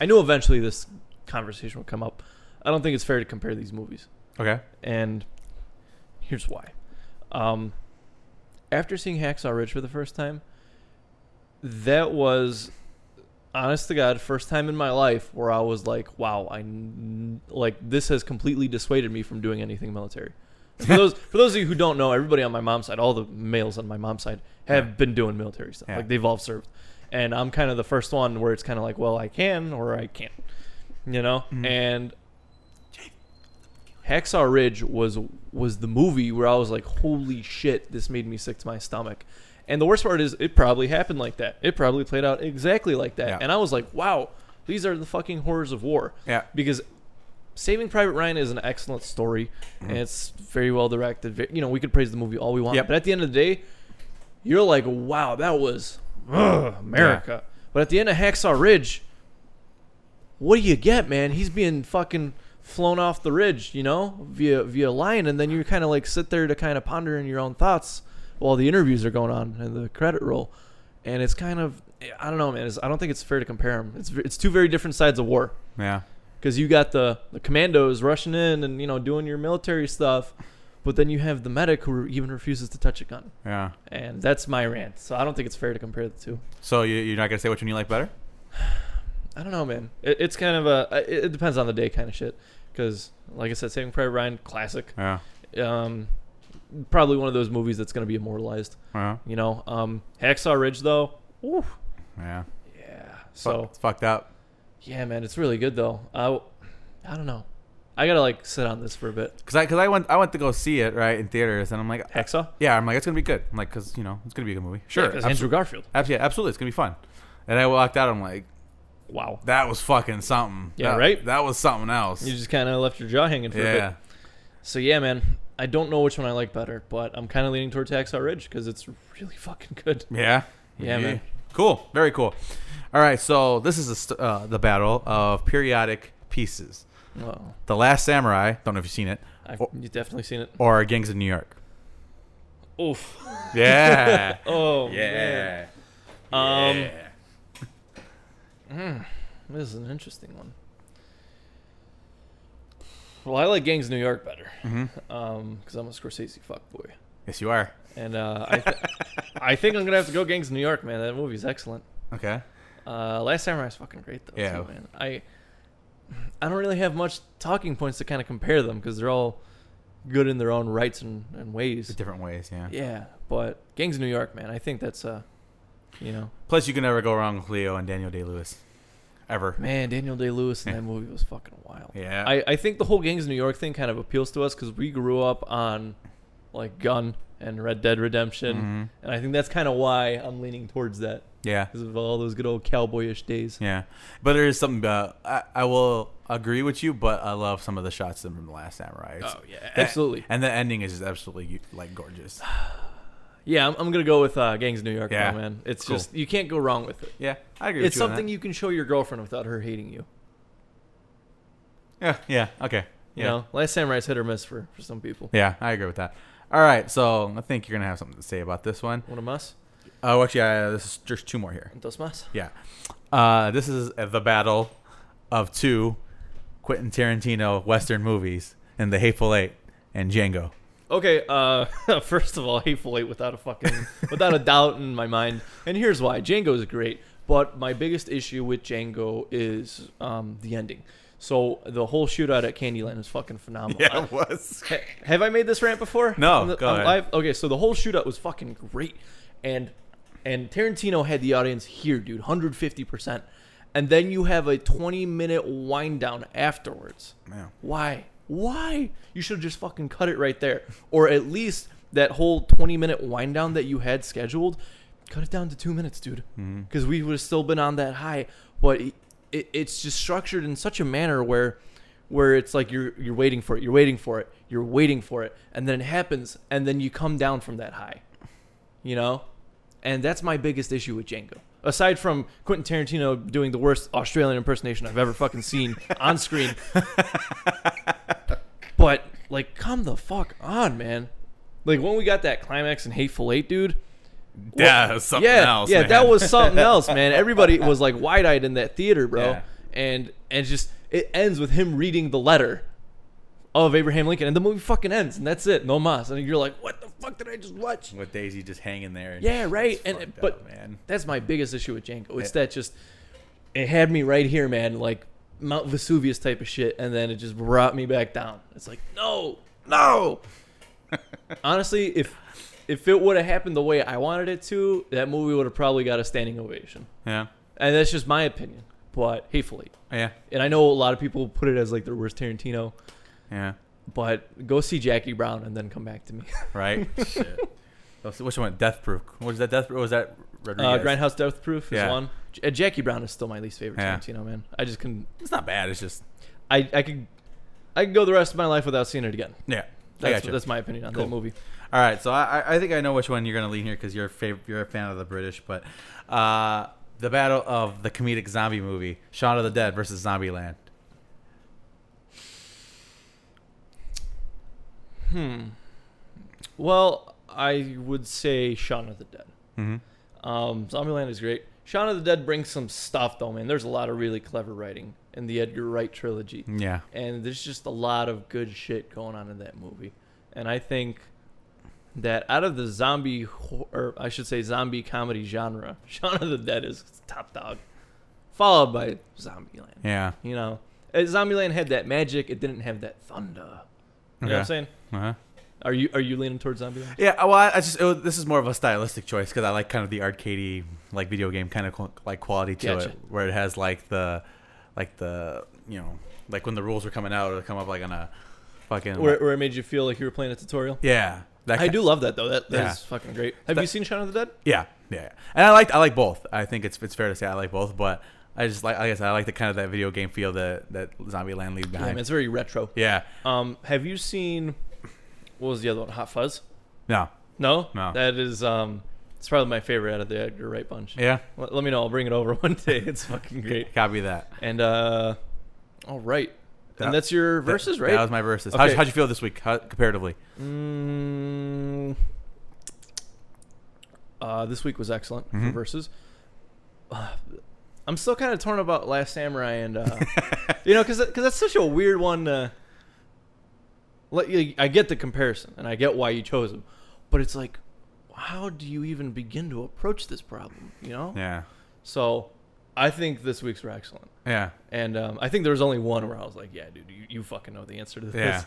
I knew eventually this conversation would come up. I don't think it's fair to compare these movies. Okay. And here's why. Um, after seeing Hacksaw Ridge for the first time, that was, honest to God, first time in my life where I was like, wow, I n- like this has completely dissuaded me from doing anything military. And For those, for those of you who don't know, everybody on my mom's side, all the males on my mom's side, have Yeah. been doing military stuff. Yeah. Like they've all served, and I'm kind of the first one where it's kind of like, well, I can or I can't, you know. Mm-hmm. And Hacksaw Ridge was was the movie where I was like, holy shit, this made me sick to my stomach. And the worst part is, it probably happened like that. It probably played out exactly like that. Yeah. And I was like, wow, these are the fucking horrors of war. Yeah. Because Saving Private Ryan is an excellent story, and it's very well directed. ve- You know, we could praise the movie all we want, Mm-hmm. Yep. but at the end of the day, you're like, wow, that was ugh, America. But at the end of Hacksaw Ridge, what do you get, man? He's being fucking flown off the ridge, you know, via via lion, and then you kind of like sit there to kind of ponder in your own thoughts while the interviews are going on and the credit roll, and it's kind of I don't know, man. It's, I don't think it's fair to compare them. It's v- it's two very different sides of war Yeah. because you got the, the commandos rushing in and you know doing your military stuff but then you have the medic who re- even refuses to touch a gun Yeah. and that's my rant so i don't think it's fair to compare the two So you, you're not gonna say which one you like better? i don't know man it, it's kind of a it, it depends on the day kind of shit because like i said saving private ryan classic Yeah. um probably one of those movies that's going to be immortalized Yeah. you know um hacksaw ridge though Woo. Yeah. yeah so it's fucked up. yeah man it's really good though i i don't know I gotta like sit on this for a bit. Cause I, cause I went, I went to go see it right in theaters, and I'm like, Hacksaw. yeah, I'm like, it's gonna be good. I'm like, cause you know, it's gonna be a good movie. Yeah, Sure, 'cause abso- Andrew Garfield. abs- yeah, absolutely, it's gonna be fun. And I walked out, I'm like, Wow. that was fucking something. Yeah, That- right? That was something else. You just kind of left your jaw hanging for a bit. yeah, So yeah, man, I don't know which one I like better, but I'm kind of leaning towards Hacksaw Ridge because it's really fucking good. yeah, Yeah, man. Cool, very cool. All right, so this is the st- uh, the battle of periodic pieces. Well, The Last Samurai. Don't know if you've seen it, I've Oh. you've definitely seen it. or Gangs of New York. Oof. Yeah. Oh man. yeah. Um, Yeah. This is an interesting one. Well, I like Gangs of New York better because I'm a Scorsese fuckboy, Mm-hmm. Yes, you are. and uh, I, th- I think I'm gonna have to go Gangs of New York, man. That movie's excellent. Okay. Uh, Last Samurai is fucking great though. Yeah. too, man. I I don't really have much talking points to kind of compare them because they're all good in their own rights and, and ways. Different ways, yeah. Yeah, but Gangs of New York, man. I think that's uh, you know, Plus, you can never go wrong with Leo and Daniel Day Lewis, ever. man, Daniel Day Lewis in Yeah. that movie was fucking wild. Yeah. I, I think the whole Gangs of New York thing kind of appeals to us because we grew up on like Gun and Red Dead Redemption, Mhm. and I think that's kind of why I'm leaning towards that Yeah. because of all those good old cowboyish days. Yeah. But there is something. Uh, I, I will agree with you, but I love some of the shots from The Last Samurai. It's- Oh, yeah, that- absolutely. And the ending is just absolutely like gorgeous. Yeah, I'm, I'm gonna go with uh, Gangs of New York, Yeah. though, man. It's Cool. just you can't go wrong with it. Yeah, I agree. It's with you something On you can show your girlfriend without her hating you. that. Yeah. Yeah. Okay. You Yeah. know, Last Samurai's hit or miss for, for some people. Yeah, I agree with that. All right, so I think you're gonna have something to say about this one. One of us, Oh, actually, uh, this is just two more here. dos más. Yeah. Uh, this is uh, the battle of two Quentin Tarantino Western movies in The Hateful Eight and Django. Okay, uh, first of all, Hateful Eight without a fucking, without a doubt in my mind. And here's why: Django is great, but my biggest issue with Django is um, the ending. So the whole shootout at Candyland is fucking phenomenal. it was. Ha- Have I made this rant before? No, On the- go on ahead. live? Okay, so the whole shootout was fucking great, and and Tarantino had the audience here, dude, hundred fifty percent, and then you have a twenty minute wind down afterwards. Yeah. Why? Why? You should have just fucking cut it right there, or at least that whole twenty minute wind down that you had scheduled, cut it down to two minutes, dude, because we would have still been on that high. But it, it, it's just structured in such a manner where where it's like you're you're waiting for it, you're waiting for it, you're waiting for it, and then it happens, and then you come down from that high, you know, and that's my biggest issue with Django. Aside from Quentin Tarantino doing the worst Australian impersonation I've ever fucking seen on screen, but like, come the fuck on, man! Like when we got that climax in Hateful Eight, dude. Yeah, it was something yeah, else. yeah, man. that was something else, man. Everybody was like wide eyed in that theater, bro. Yeah. And and just it ends with him reading the letter of Abraham Lincoln, and the movie fucking ends, and that's it, no mas. And you're like, what the fuck did I just watch? with Daisy just hanging there. And Yeah, right. It's And fucked but up, man. that's my biggest issue with Django. It's Yeah. that just it had me right here, man, like Mount Vesuvius type of shit, and then it just brought me back down. It's like no, no. Honestly, if if it would have happened the way I wanted it to, that movie would have probably got a standing ovation. yeah, And that's just my opinion, but hatefully. yeah, And I know a lot of people put it as like their worst Tarantino, yeah. but go see Jackie Brown and then come back to me. Right. Shit. Oh, so Which one? Death Proof. Was that Death? Or was that Uh, Rodriguez? Grindhouse Death Proof is Yeah. one. J- uh, Jackie Brown is still my least favorite Yeah. Tarantino man. I just can It's not bad. It's just I I could I could go the rest of my life without seeing it again. yeah. I That's gotcha. that's my opinion on Cool. that movie. All right, so I, I- I think I know which one you're gonna lean here because you're a fav- you're a fan of the British, but uh, the battle of the comedic zombie movie Shaun of the Dead versus Zombieland. Well, I would say Shaun of the Dead. Mm-hmm. Um, Zombieland is great. Shaun of the Dead brings some stuff though, man. There's a lot of really clever writing in the Edgar Wright trilogy. Yeah, and there's just a lot of good shit going on in that movie. And I think that out of the zombie, hor- or I should say zombie comedy genre, Shaun of the Dead is top dog, followed by Zombieland. yeah. You know, Uh, Zombieland had that magic; it didn't have that thunder. You know what I'm Okay. saying? Uh-huh. Are you are you leaning towards Zombieland? Yeah, uh, well, I, I just it was, this is more of a stylistic choice because I like kind of the arcadey like video game kind of qu- like quality to Gotcha. it, where it has like the like the you know, like when the rules were coming out, it would come up like on a fucking. Where, where it made you feel like you were playing a tutorial. yeah. That I do love that though. That, that is Yeah. fucking great. Have you seen Shaun of the Dead? Yeah, yeah, yeah. and I like I like both. I think it's it's fair to say I like both, but I just like, like I said, I like the kind of that video game feel that that Zombie Land leave Yeah, man, behind. it's very retro. Yeah, Um, have you seen what was the other one? Hot Fuzz? no, No, No. That is um, it's probably my favorite out of the Edgar Wright bunch. yeah, Let, let me know. I'll bring it over one day. It's fucking great. copy that. And uh, all right, That- and that's your verses, Uh, That- right? That was my verses. How'd, Okay. you- how'd you feel this week How, comparatively? Mm, uh, this week was excellent for Mhm. verses. Uh, I'm still kind of torn about Last Samurai and uh, you know because that's such a weird one. Uh, let you, I get the comparison and I get why you chose him, but it's like, how do you even begin to approach this problem? You know. Yeah, So, I think this week's were excellent, yeah, and um, I think there was only one where I was like, yeah, dude, you, you fucking know the answer to this. yeah,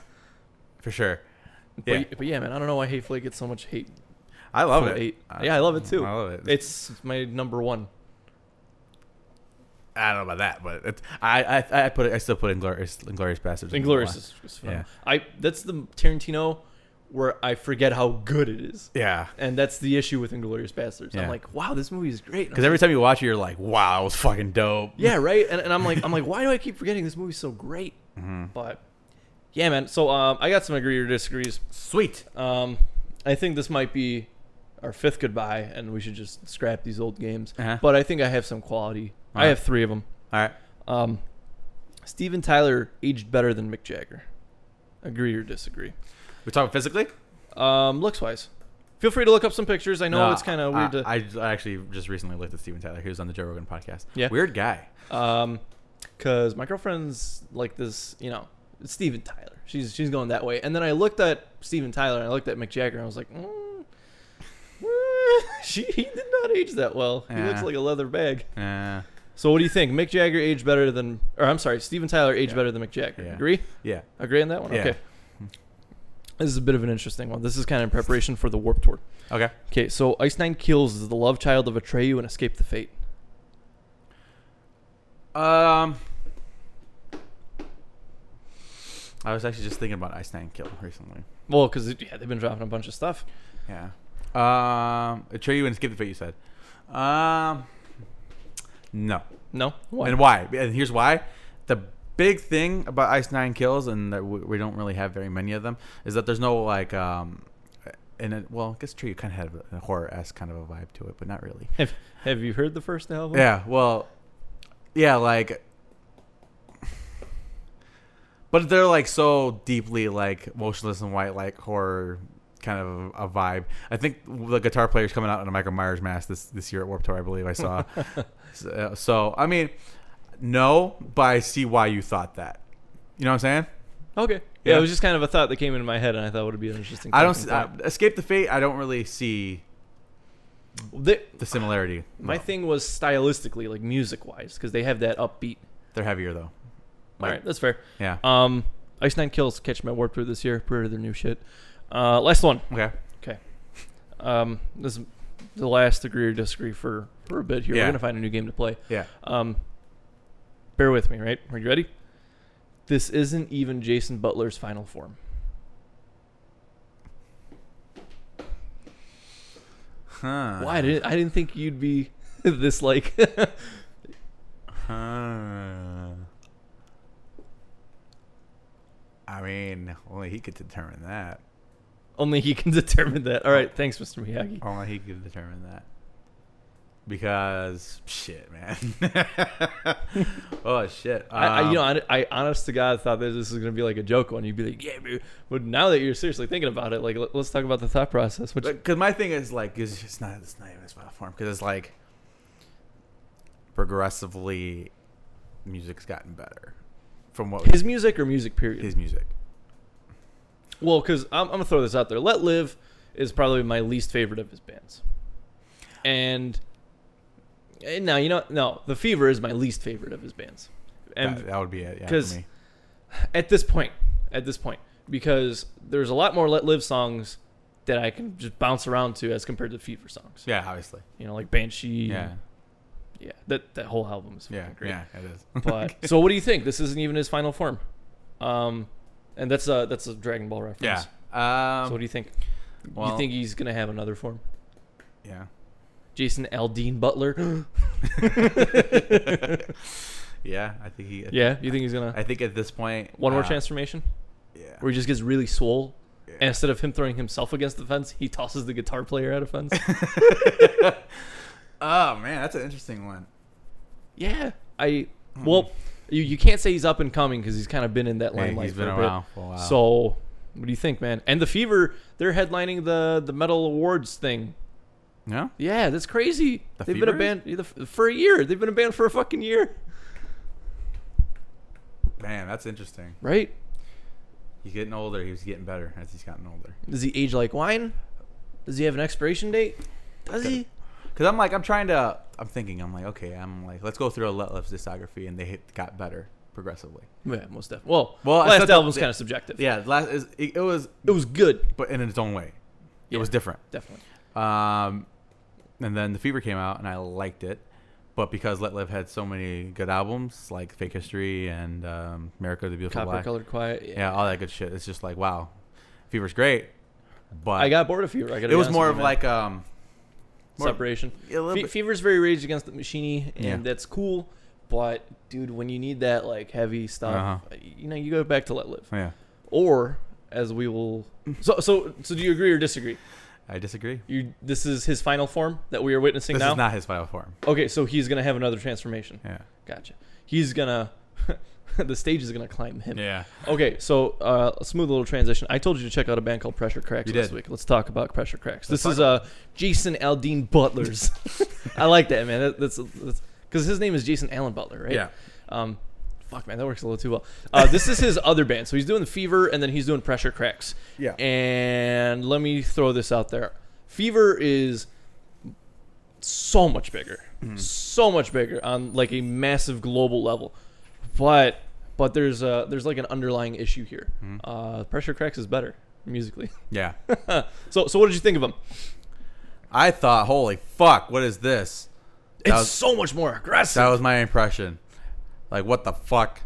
for sure. But Yeah. yeah. but yeah, man, I don't know why Hateful Eight gets so much hate. I love for it. Eight. yeah, I love it too. I love it. It's my number one. I don't know about that, but it's, I, I I put it. I still put Inglorious Inglorious Bastards. in Inglorious the is, is phenomenal. I that's the Tarantino where I forget how good it is, line. Yeah, and that's the issue with Inglorious Bastards. Yeah. I'm like, wow, this movie is great. And because I'm every like, time you watch it, you're like, wow, it was fucking dope. yeah, right. And, and I'm like, I'm like, why do I keep forgetting this movie's so great? Mm-hmm. But yeah, man. So um, I got some agree or disagrees. Sweet. Um, I think this might be our fifth goodbye, and we should just scrap these old games. Uh-huh. But I think I have some quality. I Alright. have three of them. All right. Um, Steven Tyler aged better than Mick Jagger. Agree or disagree? We're talking physically. Um, looks wise. Feel free to look up some pictures. I know No, it's kind of I- weird I, I actually just recently looked at Steven Tyler. He was on the Joe Rogan podcast. Yeah. Weird guy. to, um, cause my girlfriend's like this, you know, it's Steven Tyler. She's she's going that way. And then I looked at Steven Tyler and I looked at Mick Jagger and I was like, mm, eh, she he did not age that well. He looks Yeah. like a leather bag. Uh, So what do you think? Mick Jagger aged better than, or I'm sorry, Steven Tyler aged Yeah. better than Mick Jagger. Yeah. Agree? yeah. Agree on that one? Yeah. Okay. This is a bit of an interesting one. This is kind of in preparation for the Warp Tour. Okay. Okay, so Ice Nine Kills is the love child of Atreyu and Escape the Fate. Um. I was actually just thinking about Ice Nine Kill recently. Well, because yeah, they've been dropping a bunch of stuff. Yeah. Um. Atreyu and Skip the Fate. You said. Um. No. No, why? And why? And here's why. The big thing about Ice Nine Kills, and that we, we don't really have very many of them, is that there's no like, um, and it, well, I guess true. You kind of had a horror esque kind of a vibe to it, but not really. have, have you heard the first album? Yeah. Well. Yeah. Like. But they're like so deeply like motionless and white like horror kind of a vibe. I think the guitar player's coming out in a Michael Myers mask this this year at Warped Tour, I believe I saw. so, so, I mean, no, but I see why you thought that. You know what I'm saying? Okay. Yeah, Yeah. it was just kind of a thought that came into my head, and I thought it would be an interesting. I don't talking see, I, point. escape the fate. I don't really see They- the similarity. my No. thing was stylistically, like music wise, because they have that upbeat. they're heavier though. All Like, right, that's fair. Yeah. Um, Ice Nine Kills catch my warp through this year. Pre-order their new shit. Uh, last one. okay. Okay. Um, this is the last agree or disagree for, for a bit here. Yeah. We're gonna find a new game to play. Yeah. Um, bear with me, right? Are you ready? This isn't even Jason Butler's final form. Huh. Why I didn't I didn't think you'd be this like? Huh. I mean, only he could determine that. Only he can determine that. All right, thanks, Mr. Miyagi. Only he could determine that. Because shit, man. oh shit. I, I, you know, Um, I, I honest to God thought that this was gonna be like a joke one. You'd be like, yeah, dude. But now that you're seriously thinking about it, like, let, us talk about the thought process. Which Because my thing is like, it's just not, it's not even his final form. Because it's like, progressively, music's gotten better from what his music or music period? his music. Well, because I'm, I'm gonna throw this out there. Let Live is probably my least favorite of his bands, and, and now you know no, The Fever is my least favorite of his bands, That, and that would be it. Yeah, 'cause- for me. at this point, at this point, because there's a lot more Let Live songs that I can just bounce around to as compared to Fever songs. Yeah, obviously. You know, like Banshee, Yeah. Yeah, that that whole album is fucking Yeah, great. yeah, it is. But so what do you think? This isn't even his final form. Um, and that's a that's a Dragon Ball reference. yeah. So what Um, do you think? well- you think he's gonna have another form? yeah. Jason Aldean Butler. Yeah, I think he. yeah, you think he's gonna I think at this point, one more uh, transformation Yeah. where he just gets really swole, and Yeah. instead of him throwing himself against the fence, he tosses the guitar player at a fence. Oh man, that's an interesting one. yeah, I well, you, you can't say he's up and coming because he's kind of been in that Hmm. Yeah, limelight. he's been for a bit. around for a while. So what do you think, man? And the Fever, they're headlining the the metal awards thing. No. Yeah, that's crazy. The They've been a Fever? band yeah, the f- for a year. They've been a band for a fucking year, Man, that's interesting. right? He's getting older. He was getting better as he's gotten older. Does he age like wine? Does he have an expiration date? Does he? Because I'm like, I'm trying to. I'm thinking. I'm like, okay. I'm like, let's go through a Letlef's discography, and they hit, got better progressively. Yeah, most definitely. Well, Well, it's not last that- album's kind of subjective. Yeah. the Last is it, it was, It was good, but in its own way, Yeah. it was different. definitely. Um, and then The Fever came out, and I liked it. But because Let Live had so many good albums, like Fake History and um, America the Beautiful Copper Black, colored quiet. Yeah. yeah, all that good shit. It's just like, wow, Fever's great. But I got bored of Fever. I gotta it be was honest more with of you, man. like um, more- separation. a little Fe- bit- Fever's very Rage Against the Machine, and Yeah. that's cool. But dude, when you need that like heavy stuff, Uh-huh. you know, you go back to Let Live, Oh, yeah, or as we will. So, so, so, do you agree or disagree? I disagree. You, this is his final form that we are witnessing This now. is not his final form. okay, so he's gonna have another transformation. Yeah, Gotcha. He's gonna. the stage is gonna climb him. yeah. Okay, so uh, a smooth little transition. I told you to check out a band called Pressure Cracks You this did. week. Let's talk about Pressure Cracks. Let's this is uh, Jason Aldean Butler's. I like that man. That, that's that's because his name is Jason Allen Butler, right? Yeah. Um, fuck man, that works a little too well. Uh, this is his other band. So he's doing Fever, and then he's doing Pressure Cracks. Yeah. And let me throw this out there. Fever is so much bigger, Mm-hmm. so much bigger on like a massive global level, but but there's uh there's like an underlying issue here. Mm-hmm. Uh, Pressure Cracks is better musically. Yeah. so so what did you think of them? I thought, holy fuck, what is this? It's was- so much more aggressive. That was my impression. Like, what the fuck?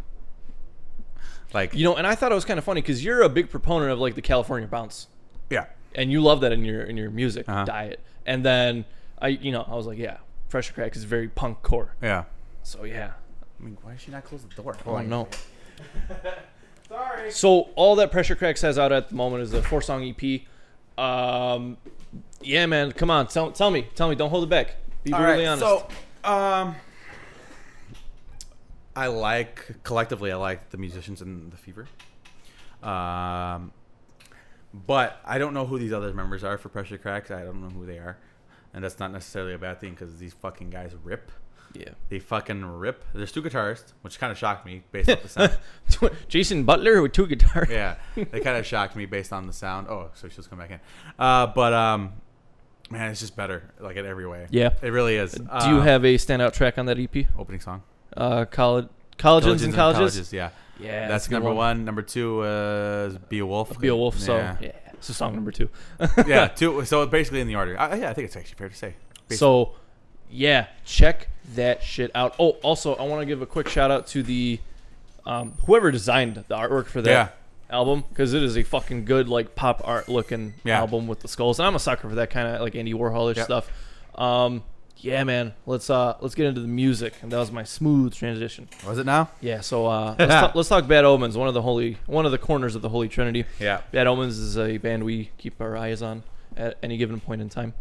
Like, you know, and I thought it was kind of funny because you're a big proponent of like the California bounce. yeah, and you love that in your in your music Uh-huh. diet. And then I, you know, I was like, yeah, Pressure Crack is very punk core. yeah. So yeah, I mean, why did she not close the door? oh no. Sorry. So all that Pressure Cracks has out at the moment is a four song EP. Um, yeah, man, come on, tell, tell me, tell me, don't hold it back. Be All brutally right, honest. So, um, I like collectively. I like the musicians and the Fever. Um, but I don't know who these other members are for Pressure Cracks. I don't know who they are, and that's not necessarily a bad thing because these fucking guys rip. yeah. They fucking rip. There's two guitarists, which kind of shocked me based off the sound. Jason Butler with two guitars. yeah, they kind of shocked me based on the sound. Oh, so she's coming back in. Uh, but um, man, it's just better like in every way. Yeah. it really is. Uh, Do you have a standout track on that EP? opening song? Uh, college, colleges and colleges. yeah. Yeah, that's a good number one. Number two is Be a Wolf. Be a wolf. So Yeah. yeah, so song number two. yeah, two. So basically in the order. I, yeah, I think it's actually fair to say. Basi- So, yeah, check that shit out. Oh, also, I want to give a quick shout out to the um, whoever designed the artwork for that Yeah. album because it is a fucking good like pop art looking Yeah. album with the skulls, and I'm a sucker for that kind of like Andy Warholish Yep. stuff. Um, yeah, man, let's uh let's get into the music, and that was my smooth transition. was it now? Yeah, so uh, let's, talk, let's talk Bad Omens, one of the holy, one of the corners of the Holy Trinity. Yeah. Bad Omens is a band we keep our eyes on at any given point in time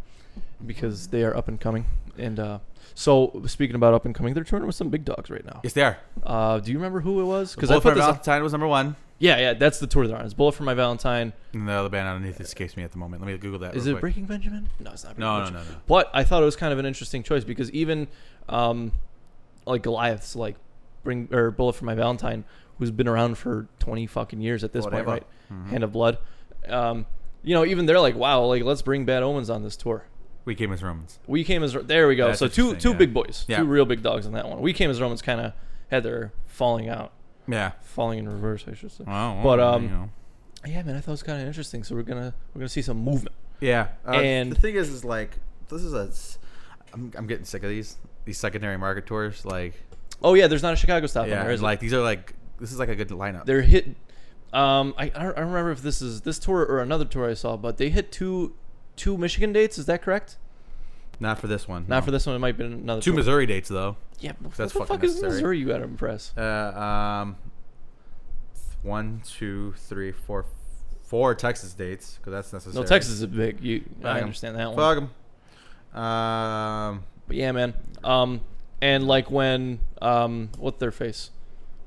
because they are up and coming. And uh, so, speaking about up and coming, they're touring with some big dogs right now. Yes, they are. Uh, do you remember who it was? Because I Bullet for put this. on- Valentine was number one, Yeah, yeah, that's the tour they're on. It's Bullet for My Valentine. and the other band underneath escapes me at the moment. Let me Google that. Is real it quick. Breaking Benjamin? No, it's not. Breaking No, no, Benjamin. no, no. But I thought it was kind of an interesting choice because even, um, like Goliath's like bring or Bullet for My Valentine, who's been around for twenty fucking years at this Whatever. Mm-hmm. point, right? Hand of Blood. Um, you know, even they're like, wow, like let's bring Bad Omens on this tour. We came as Romans. We came as there we go. That's so two interesting, two yeah. big boys, Yeah. two real big dogs on that one. We came as Romans kind of had their falling out, Yeah. falling in reverse, I should say. Wow. but well, um, you know. yeah, man, I thought it was kind of interesting. So we're gonna we're gonna see some movement. Yeah, uh, And- the thing is, is like this is a. s- I'm, I'm getting sick of these. these secondary market tours. Like, Oh yeah, there's not a Chicago stop on yeah, there, is like these are like this is like a good lineup. it? They're hit. Um, I, I don't I don't remember if this is this tour or another tour I saw, but they hit two two Michigan dates. Is that correct? Not for this one. Not no. for this one. It might be another two tour. Missouri dates though. Yeah, but That's what the fucking fuck is necessary. Missouri? You gotta impress. Uh, um, one, two, three, four, four Texas dates because that's necessary. No, Texas is big. You, Fuck I 'em. understand that one. Fuck 'em. Um, But yeah, man. Um, and like when um, what's their face?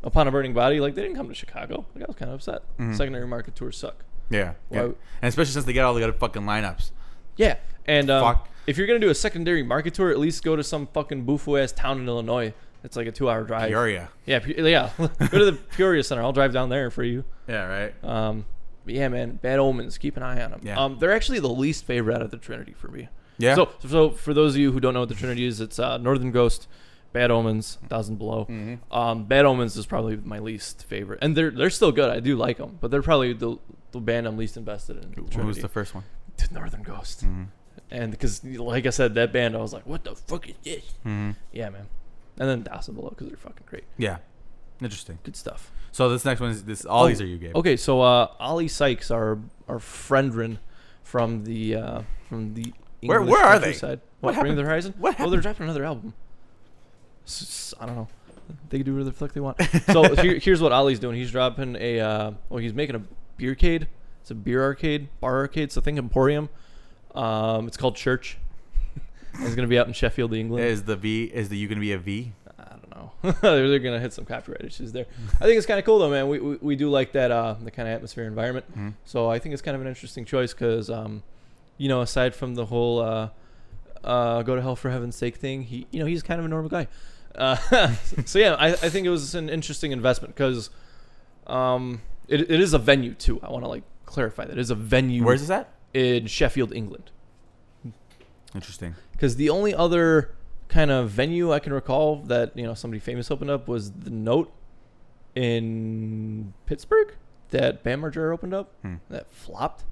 Upon a burning body, like they didn't come to Chicago. Like I was kind of upset. Mhm. Secondary market tours suck. yeah, yeah. Why- and especially since they got all the other fucking lineups. Yeah, and um, Fuck. if you're gonna do a secondary market tour, at least go to some fucking bufo ass town in Illinois. It's like a two hour drive. Peoria. Yeah, Pe- yeah. go to the Peoria Center. I'll drive down there for you. Yeah, right. Um, but yeah, man. Bad omens. Keep an eye on them. Yeah. Um, they're actually the least favorite out of the Trinity for me. Yeah. So, so for those of you who don't know what the Trinity is, it's uh, Northern Ghost, Bad Omens, Thousand Below. Mm-hmm. Um, Bad Omens is probably my least favorite, and they're they're still good. I do like them, but they're probably the, the band I'm least invested in. The Who was Trinity. the Mm-hmm. first one? the Northern Ghost, and because like I said, that band I was like, what the fuck is this? Mm-hmm. Yeah, man. And then Thousand Below because they're fucking great, Yeah. Interesting. good stuff. So this next one is this. All Oh, these are you gave. Okay, so uh, Ollie Sykes, our our friendren from the uh, from the Where- English where are they? countryside. What What, Bring Me happened? the Horizon? What Well, they're dropping another album. S- s- I don't know. They can do whatever the fuck they want. So here, here's what Ollie's doing. He's dropping a uh, well, he's making a beercade. It's a beer arcade, bar arcade. So think Emporium. Um, it's called Church. it's gonna be out in Sheffield, England. Is the V? Is the you gonna be a V? I don't know. They're they're gonna hit some copyright issues there. I think it's kind of cool though, man. We, we, we do like that uh, the kind of atmosphere environment. Mhm. So I think it's kind of an interesting choice because, um, you know, aside from the whole uh, uh, go to hell for heaven's sake thing, he you know he's kind of a normal guy. Uh, so yeah, I, I think it was an interesting investment because, um, it, it is a venue too. I want to like clarify that it is a venue Where's this at? in Sheffield, England Interesting. because the only other kind of venue I can recall that you know somebody famous opened up was the Note in Pittsburgh that Bam Margera opened up Hmm. that flopped.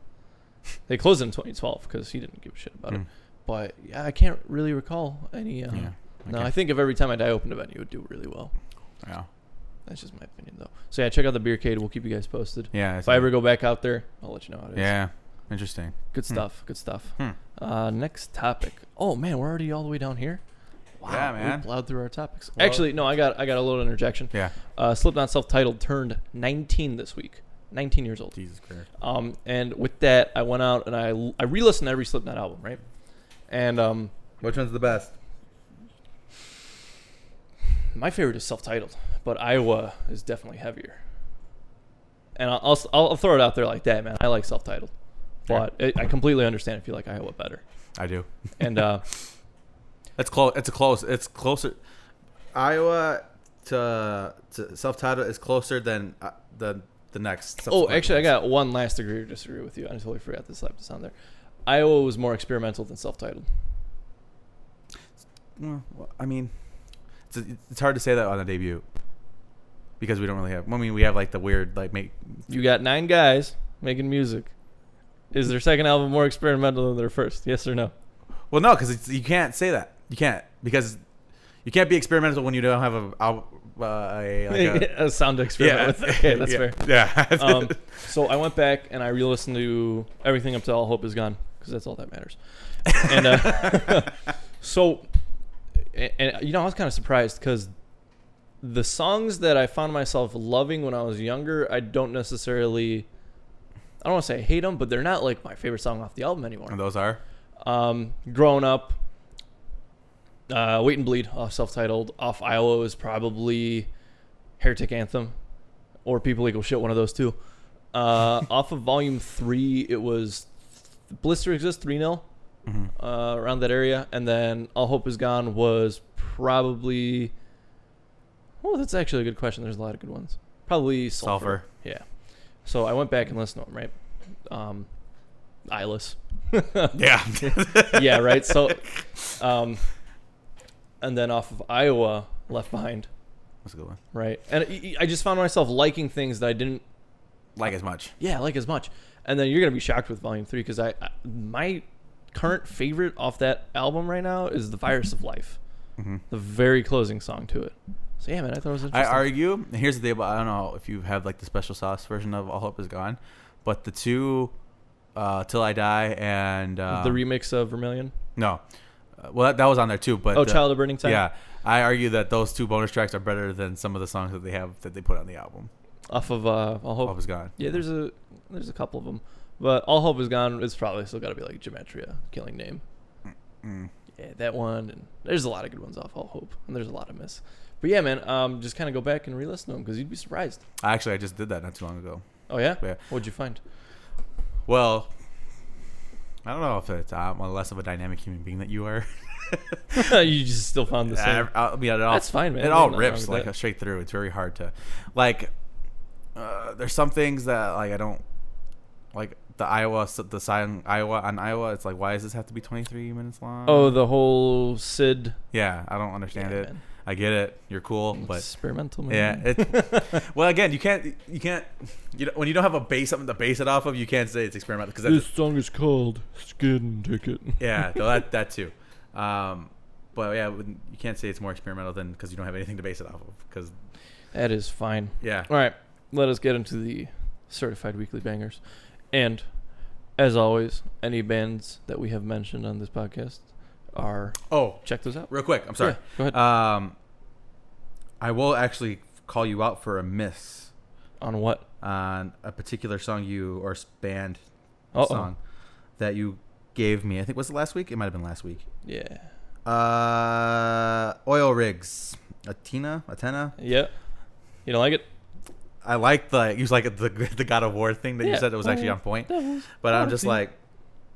They closed it in 2012 because he didn't give a shit about it. Hmm. But yeah, I can't really recall any. Uh, Yeah. No, Okay. I think if every time I die opened a venue, it would do really well. Yeah. That's just my opinion though. So yeah, check out the Beercade. We'll keep you guys posted. Yeah. If I ever go back out there, I'll let you know how it is. Yeah. Interesting. Good stuff. Good stuff. Hmm. Uh, next topic. Oh man, we're already all the way down here. Yeah, man. We plowed through our topics. Well- Actually, no, I got I got a little interjection. Yeah. Uh, Slipknot self-titled turned 19 this week. 19 years old. Jesus Christ. Um, and with that, I went out and I I re-listened to every Slipknot album, right? And um, Which one's the best? my favorite is self-titled, but Iowa is definitely heavier. And I'll I'll, I'll throw it out there like that, man. I like self-titled, Sure. but I I completely understand if you like Iowa better. I do. And uh, It's close. It's a close. It's closer. Iowa to, to self-titled is closer than uh, the the next. Oh, subsequent actually, I ones. got one last degree to disagree with you. I totally forgot to slap this on there. Iowa was more experimental than self-titled. Mm, well, I mean, it's, it's hard to say that on a debut because we don't really have. I mean, we have like the weird like make. You got nine guys making music. Is their second album more experimental than their first? Yes or no? Well, no, because you can't say that. You can't because you can't be experimental when you don't have a al- uh, a, like a a sound experiment. With Okay, that's yeah, fair. Yeah. Um, so I went back and I re-listened to everything up to All Hope Is Gone because that's all that matters. And uh, so, and, and you know, I was kind of surprised because the songs that I found myself loving when I was younger, I don't necessarily, I don't want to say I hate them, but they're not like my favorite song off the album anymore. and those are. Um, growing up, uh, Wait and Bleed off self-titled off Iowa is probably Heretic Anthem or People Equal Shit, one of those two. Uh, off of Volume Three, it was Blister Exists three 0 Mhm. uh, around that area, and then All Hope Is Gone was probably. Oh, that's actually a good question. There's a lot of good ones. Probably Sulfur. Yeah. So I went back and listened to them, right? Um, eyeless. Yeah. yeah, right. So, um, and then off of Iowa, Left Behind, That's a good one. right? And I- I just found myself liking things that I didn't, Like as much. yeah, like as much. And then you're gonna be shocked with Volume Three because I, I, my current favorite off that album right now is The Virus of Life. the very closing song to it. So yeah, man, I thought it was Mm-hmm. I interesting. argue. and Here's the thing about I don't know if you have like the special sauce version of All Hope Is Gone, but the two, uh, Till I Die and uh, the remix of Vermilion. no, Uh, well that, that was on there too. But Oh, the- Child of Burning Time. Yeah, I argue that those two bonus tracks are better than some of the songs that they have that they put on the album. Off of uh, All All Hope. Hope Is Gone. Yeah, there's a there's a couple of them, but All Hope Is Gone is probably still got to be like Gematria, Killing Name. Mm. Yeah, that one, and there's a lot of good ones off All Hope, and there's a lot of miss. But yeah, man, um, just kind of go back and re-listen to them because you'd be surprised. Actually, I just did that not too long ago. Oh yeah, Yeah. what'd you find? Well, I don't know if it's uh, I'm less of a dynamic human being that you are. you just still found the same. I, I mean, it all, That's fine, man. It all There's nothing wrong rips with like that. straight through. It's very hard to, like, uh, there's some things that like I don't like the Iowa the sign Iowa on Iowa. It's like why does this have to be 23 minutes long? Oh, the whole Sid yeah, I don't understand Yeah, it. man. I get it. You're cool, but experimental. yeah, Man. it. well, again, you can't you can't you don't, when you don't have a base something to base it off of, you can't say it's experimental because that's this song is called Skin Ticket. yeah, no, that that too. Um, but yeah, when- you can't say it's more experimental than because you don't have anything to base it off of. Because That is fine. yeah, All right, let us get into the certified weekly bangers. And as always, any bands that we have mentioned on this podcast are oh, check those out. real quick. I'm sorry. Yeah, go ahead. Um, I will actually call you out for a miss on what? on a particular song you or s- band Uh-oh. song that you gave me. I think was it last week? It might have been last week. Yeah. Uh, Oil Rigs, Atina, Atena. Yeah. You don't like it? I like the you like the the God of War thing that you Yeah. Oh, said that was actually on point, but I'm just like,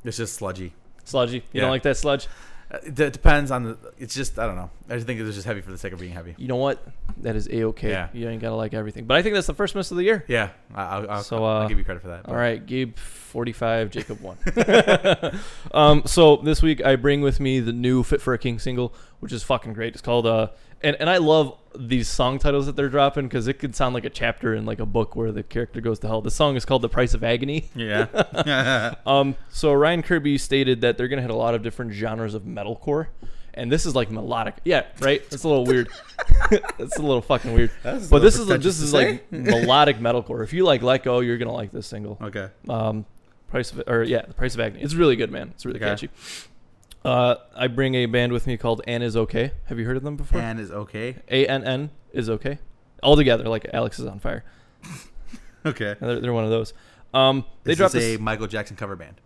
it's just sludgy. sludgy. You Yeah. don't like that sludge? Uh, It d- depends on the. It's just I don't know. I just think it was just heavy for the sake of being heavy. You know what? That is a okay. Yeah. You ain't gotta like everything. But I think that's the first miss of the year. Yeah, I, I'll, I'll, So, I'll uh, give you credit for that. All right, Gabe 45, Jacob 1. um, so this week I bring with me the new Fit for a King single, which is fucking great. It's called uh and, and I love these song titles that they're dropping because it could sound like a chapter in like a book where the character goes to hell. The song is called The Price of Agony. Yeah. Um, so Ryan Kirby stated that they're gonna hit a lot of different genres of metalcore, and this is like melodic. Yeah, right. It's a little weird. it's a little fucking weird. That's a little But this is like this pretentious is to like melodic metalcore. If you like Let Go, you're gonna like this single. okay. Um, price of or yeah, the price of agony. It's really good, man. It's really Okay. catchy. Uh, I bring a band with me called Ann is okay. Have you heard of them before? And is okay. A N N is okay. All together, like Alex is on fire. Okay. They're, they're one of those. Um, they This dropped is this. a Michael Jackson cover band.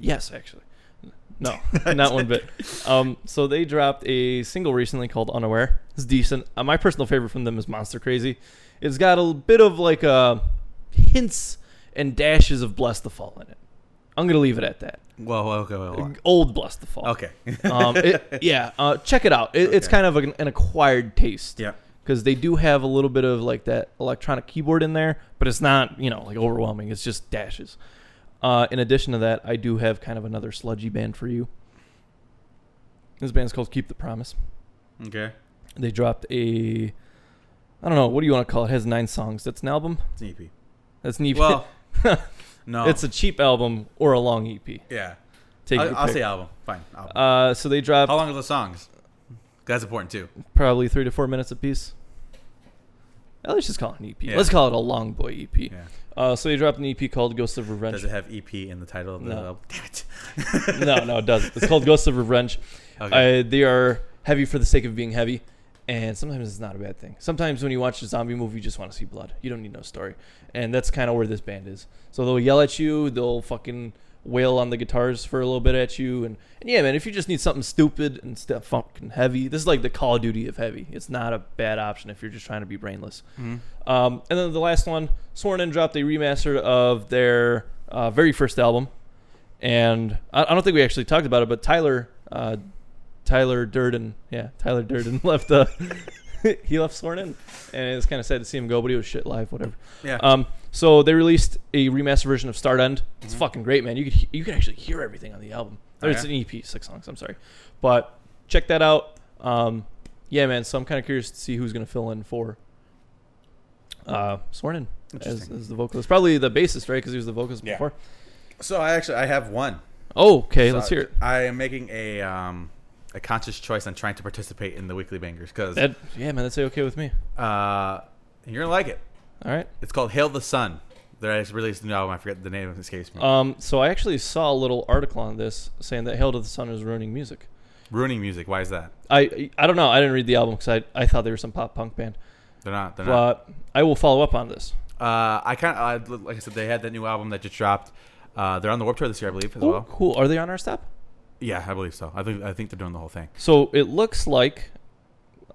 Yes, actually. No, not one bit. Um, so they dropped a single recently called Unaware. It's decent. Uh, my personal favorite from them is Monster Crazy. It's got a bit of like uh, hints and dashes of Bless the Fall in it. I'm gonna leave it at that. Whoa. whoa, Okay. whoa, whoa. Old Bless the Fall. Okay. um, it, yeah, uh, check it out. It, It's Okay. kind of an, an acquired taste. Yeah. Because they do have a little bit of like that electronic keyboard in there, but it's not, you know, like overwhelming. It's just dashes. Uh, in addition to that, I do have kind of another sludgy band for you. This band's called Keep the Promise. Okay. They dropped a, I don't know, what do you want to call it? It has nine songs. That's an album? It's an EP. That's an EP. Well, no. it's a cheap album or a long EP. yeah. Take I'll, your I'll pick. say album. Fine. Album. Uh, so they dropped How long are the songs? That's important too. probably three to four minutes apiece. Uh, Let's just call it an EP. Yeah. Let's call it a long boy EP. Yeah. Uh, so they dropped an EP called Ghosts of Revenge. Does it have EP in the title of the No. album? Damn it. no, no, it doesn't. It's called Ghosts of Revenge. Okay. Uh, they are heavy for the sake of being heavy, and sometimes it's not a bad thing. Sometimes when you watch a zombie movie, you just want to see blood. You don't need no story, and that's kind of where this band is. So they'll yell at you, they'll fucking wail on the guitars for a little bit at you, and, and yeah, man, if you just need something stupid and stuff fucking heavy, this is like the Call of Duty of heavy. It's not a bad option if you're just trying to be brainless. Um, and then the last one, Sworn In dropped a remaster of their uh, very first album, and I, I don't think we actually talked about it, but Tyler, uh, Tyler Durden, yeah, Tyler Durden left. Uh, he left Sworn In, and it's kind of sad to see him go, but he was shit live, whatever. Yeah. Um, so they released a remastered version of Start End. It's Mm-hmm. fucking great, man. You could he- you could actually hear everything on the album. Or It's Okay. an EP, six songs. I'm sorry, but check that out. Um, yeah, man. So I'm kind of curious to see who's gonna fill in for uh, Sworn In as, Interesting. as the vocalist. Probably the bassist, right? Because he was the vocalist Yeah. before. so I actually I have one. Oh, okay. So let's hear it. I am making a um a conscious choice on trying to participate in the weekly bangers because That, yeah, man, that's okay with me. uh, you're gonna like it. All right. It's called "Hail the Sun." That I released a new album. I forget the name of this case. Um, so I actually saw a little article on this saying that Hail to the Sun is ruining music. Ruining music. Why is that? I I don't know. I didn't read the album because I, I thought they were some pop punk band. They're not. They're not. But I will follow up on this. Uh, I kind of like I said they had that new album that just dropped. Uh, they're on the Warped Tour this year, I believe, as Ooh, well. cool. Are they on our stop? Yeah, I believe so. I think I think they're doing the whole thing. So it looks like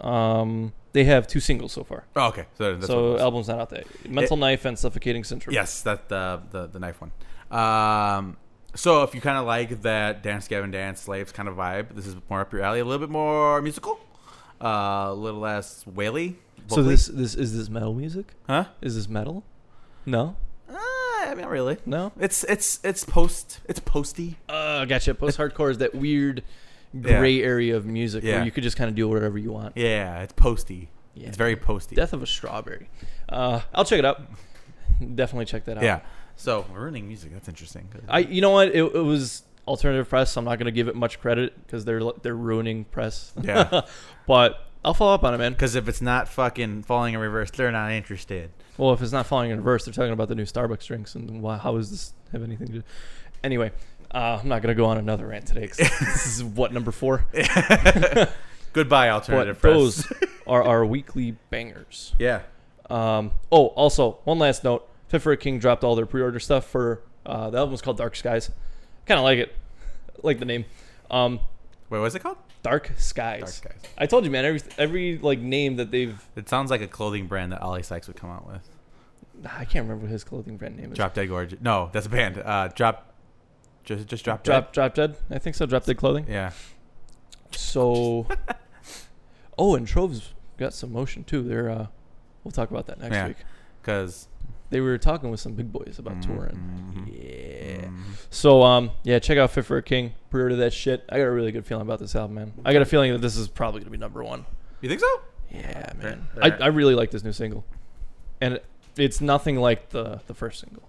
um, they have two singles so far. Oh, okay. So that's what it so was. Eh. album's not out there. Mental Knife and Suffocating Syndrome. Yes, that the the, the knife one. Um, so if you kind of like that dance Gavin dance slaves kind of vibe, this is more up your alley. A little bit more musical, uh, a little less waily. So vocally. this this is this metal music? huh? Is this metal? No, Uh, I mean, not really. no. It's it's it's post it's posty. Uh, gotcha. Post hardcore is that weird gray area of music Yeah. where you could just kind of do whatever you want. Yeah, it's posty. Yeah. It's very posty. Death of a Strawberry. Uh, I'll check it out. Definitely check that out. yeah. So we're ruining music. That's interesting. I you know what it, it was alternative press. So I'm not gonna give it much credit because they're li- they're ruining press. Yeah. but I'll follow up on it, man. Because if it's not fucking falling in reverse, they're not interested. Well, if it's not falling in reverse, they're talking about the new Starbucks drinks and why, how does this have anything to do? Anyway, uh, I'm not gonna go on another rant today. 'cause this is what number four. Goodbye, But alternative press. those are our weekly bangers. yeah. Um, oh, also one last note: Fit for a King dropped all their pre-order stuff for uh, the album's called Dark Skies. Kind of like it, like the name. Um, Wait, what's it called? Dark Skies. Dark Skies. I told you, man. Every every like name that they've It sounds like a clothing brand that Ollie Sykes would come out with. I can't remember what his clothing brand name is. Drop Dead Gorge. No, that's a band. Uh, drop. Just, just drop. Drop Drop Dead. I think so. Drop Dead Clothing. Dead. Yeah. So, oh, and Trove's got some motion too. They're uh, we'll talk about that next Yeah. week. Because. They were talking with some big boys about touring. Mm, Yeah. mm. So um, yeah, check out Fit for a King. Pre-order that shit. I got a really good feeling about this album, man. I got a feeling that this is probably gonna be number one. You think so? Yeah, man. I, Alright. I really like this new single, and it, it's nothing like the the first single.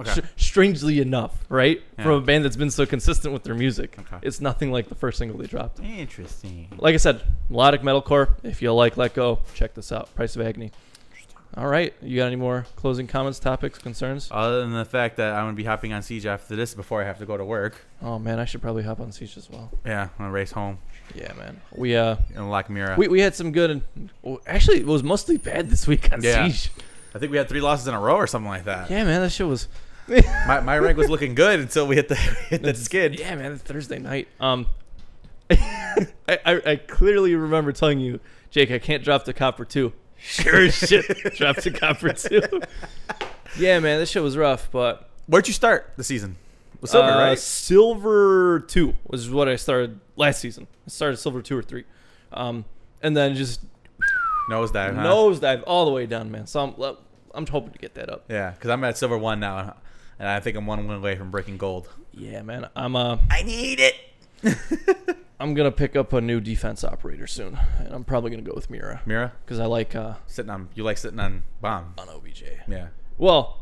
Okay. Str- strangely enough, right? Yeah. From a band that's been so consistent with their music, Okay. it's nothing like the first single they dropped. Interesting. Like I said, melodic metalcore. If you like Let Go, check this out. Price of Agony. All right, you got any more closing comments, topics, concerns? Other than the fact that I'm gonna be hopping on Siege after this before I have to go to work. Oh man, I should probably hop on Siege as well. Yeah, I'm gonna race home Yeah, man. We uh, and lock Mira. we, we had some good and well, actually it was mostly bad this week on Yeah. Siege. I think we had three losses in a row or something like that. Yeah, man, that shit was. My, my rank was looking good until we hit the hit that skid. Yeah, man, it's Thursday night. Um, I, I, I clearly remember telling you, Jake, I can't drop the copper two. Sure as shit, drop the copper two. yeah, man, this shit was rough, but Where'd you start the season? With silver, uh, right? Silver two was what I started last season. I started silver two or three, um, and then just Nosedive. Uh-huh. Huh? nosedive all the way down, man. So I'm I'm hoping to get that up. Yeah, because I'm at silver one now, and I think I'm one win away from breaking gold. Yeah, man, I'm uh I need it. I'm gonna pick up a new defense operator soon, and I'm probably gonna go with Mira Mira, because I like uh, sitting on you like sitting on bomb. on OBJ. Yeah. Well,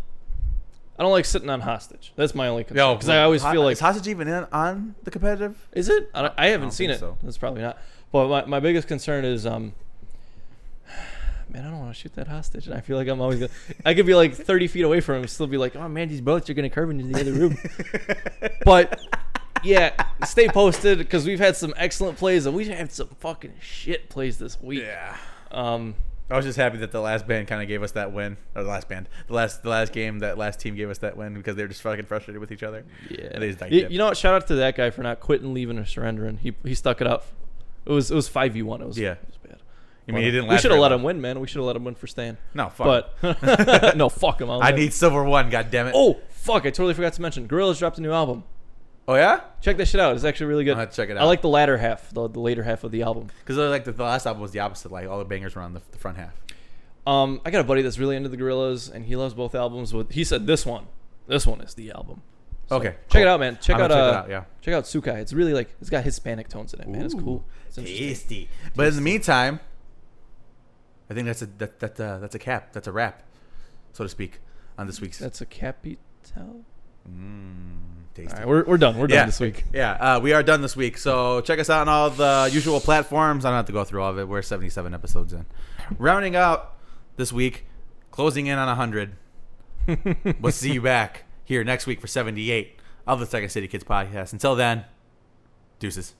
I don't like sitting on hostage. That's my only concern. because I always Ho- feel like is hostage even in on the competitive. is it? I, don't- I haven't don't seen think it. so. That's probably not. But my, my biggest concern is um. Man, I don't want to shoot that hostage, and I feel like I'm always. Gonna, I could be like 30 feet away from him, and still be like, "Oh man, these boats are gonna curve into the other room." but yeah, stay posted because we've had some excellent plays, and we had some fucking shit plays this week. Yeah. Um, I was just happy that the last band kind of gave us that win, or the last band, the last the last game, that last team gave us that win because they were just fucking frustrated with each other. Yeah. And they just, like, you, dipped. you know what? Shout out to that guy for not quitting, leaving, or surrendering. He he stuck it out. It was it was five v one. It was Yeah. It was bad. I mean, he didn't. we last should have very let long. him win, man. We should have let him win for staying. No, fuck. But no, fuck him. I'll I never- need silver one. God damn it. Oh fuck! I totally forgot to mention. Gorillas dropped a new album. oh yeah. Check that shit out. It's actually really good. I'll have to check it I out. like the latter half, the, the later half of the album. Because uh, like the, the last album was the opposite. Like all the bangers were on the, the front half. Um, I got a buddy that's really into the Gorillas, and he loves both albums. With he said this one, this one is the album. So Okay, check cool. it out, man. Check I'm out, gonna uh, check it out, yeah. check out Sukai. It's really like it's got Hispanic tones in it, man. It's cool. It's interesting. Tasty. But in the meantime, I think that's a that, that uh, that's a cap. That's a wrap, so to speak, on this week's. That's a capital. Mm, tasty. All right, we're, we're done. We're done Yeah. this week. Yeah, uh, we are done this week. So check us out on all the usual platforms. I don't have to go through all of it. We're 77 episodes in. Rounding out this week, closing in on 100. we'll see you back here next week for 78 of the Second City Kids podcast. Until then, deuces.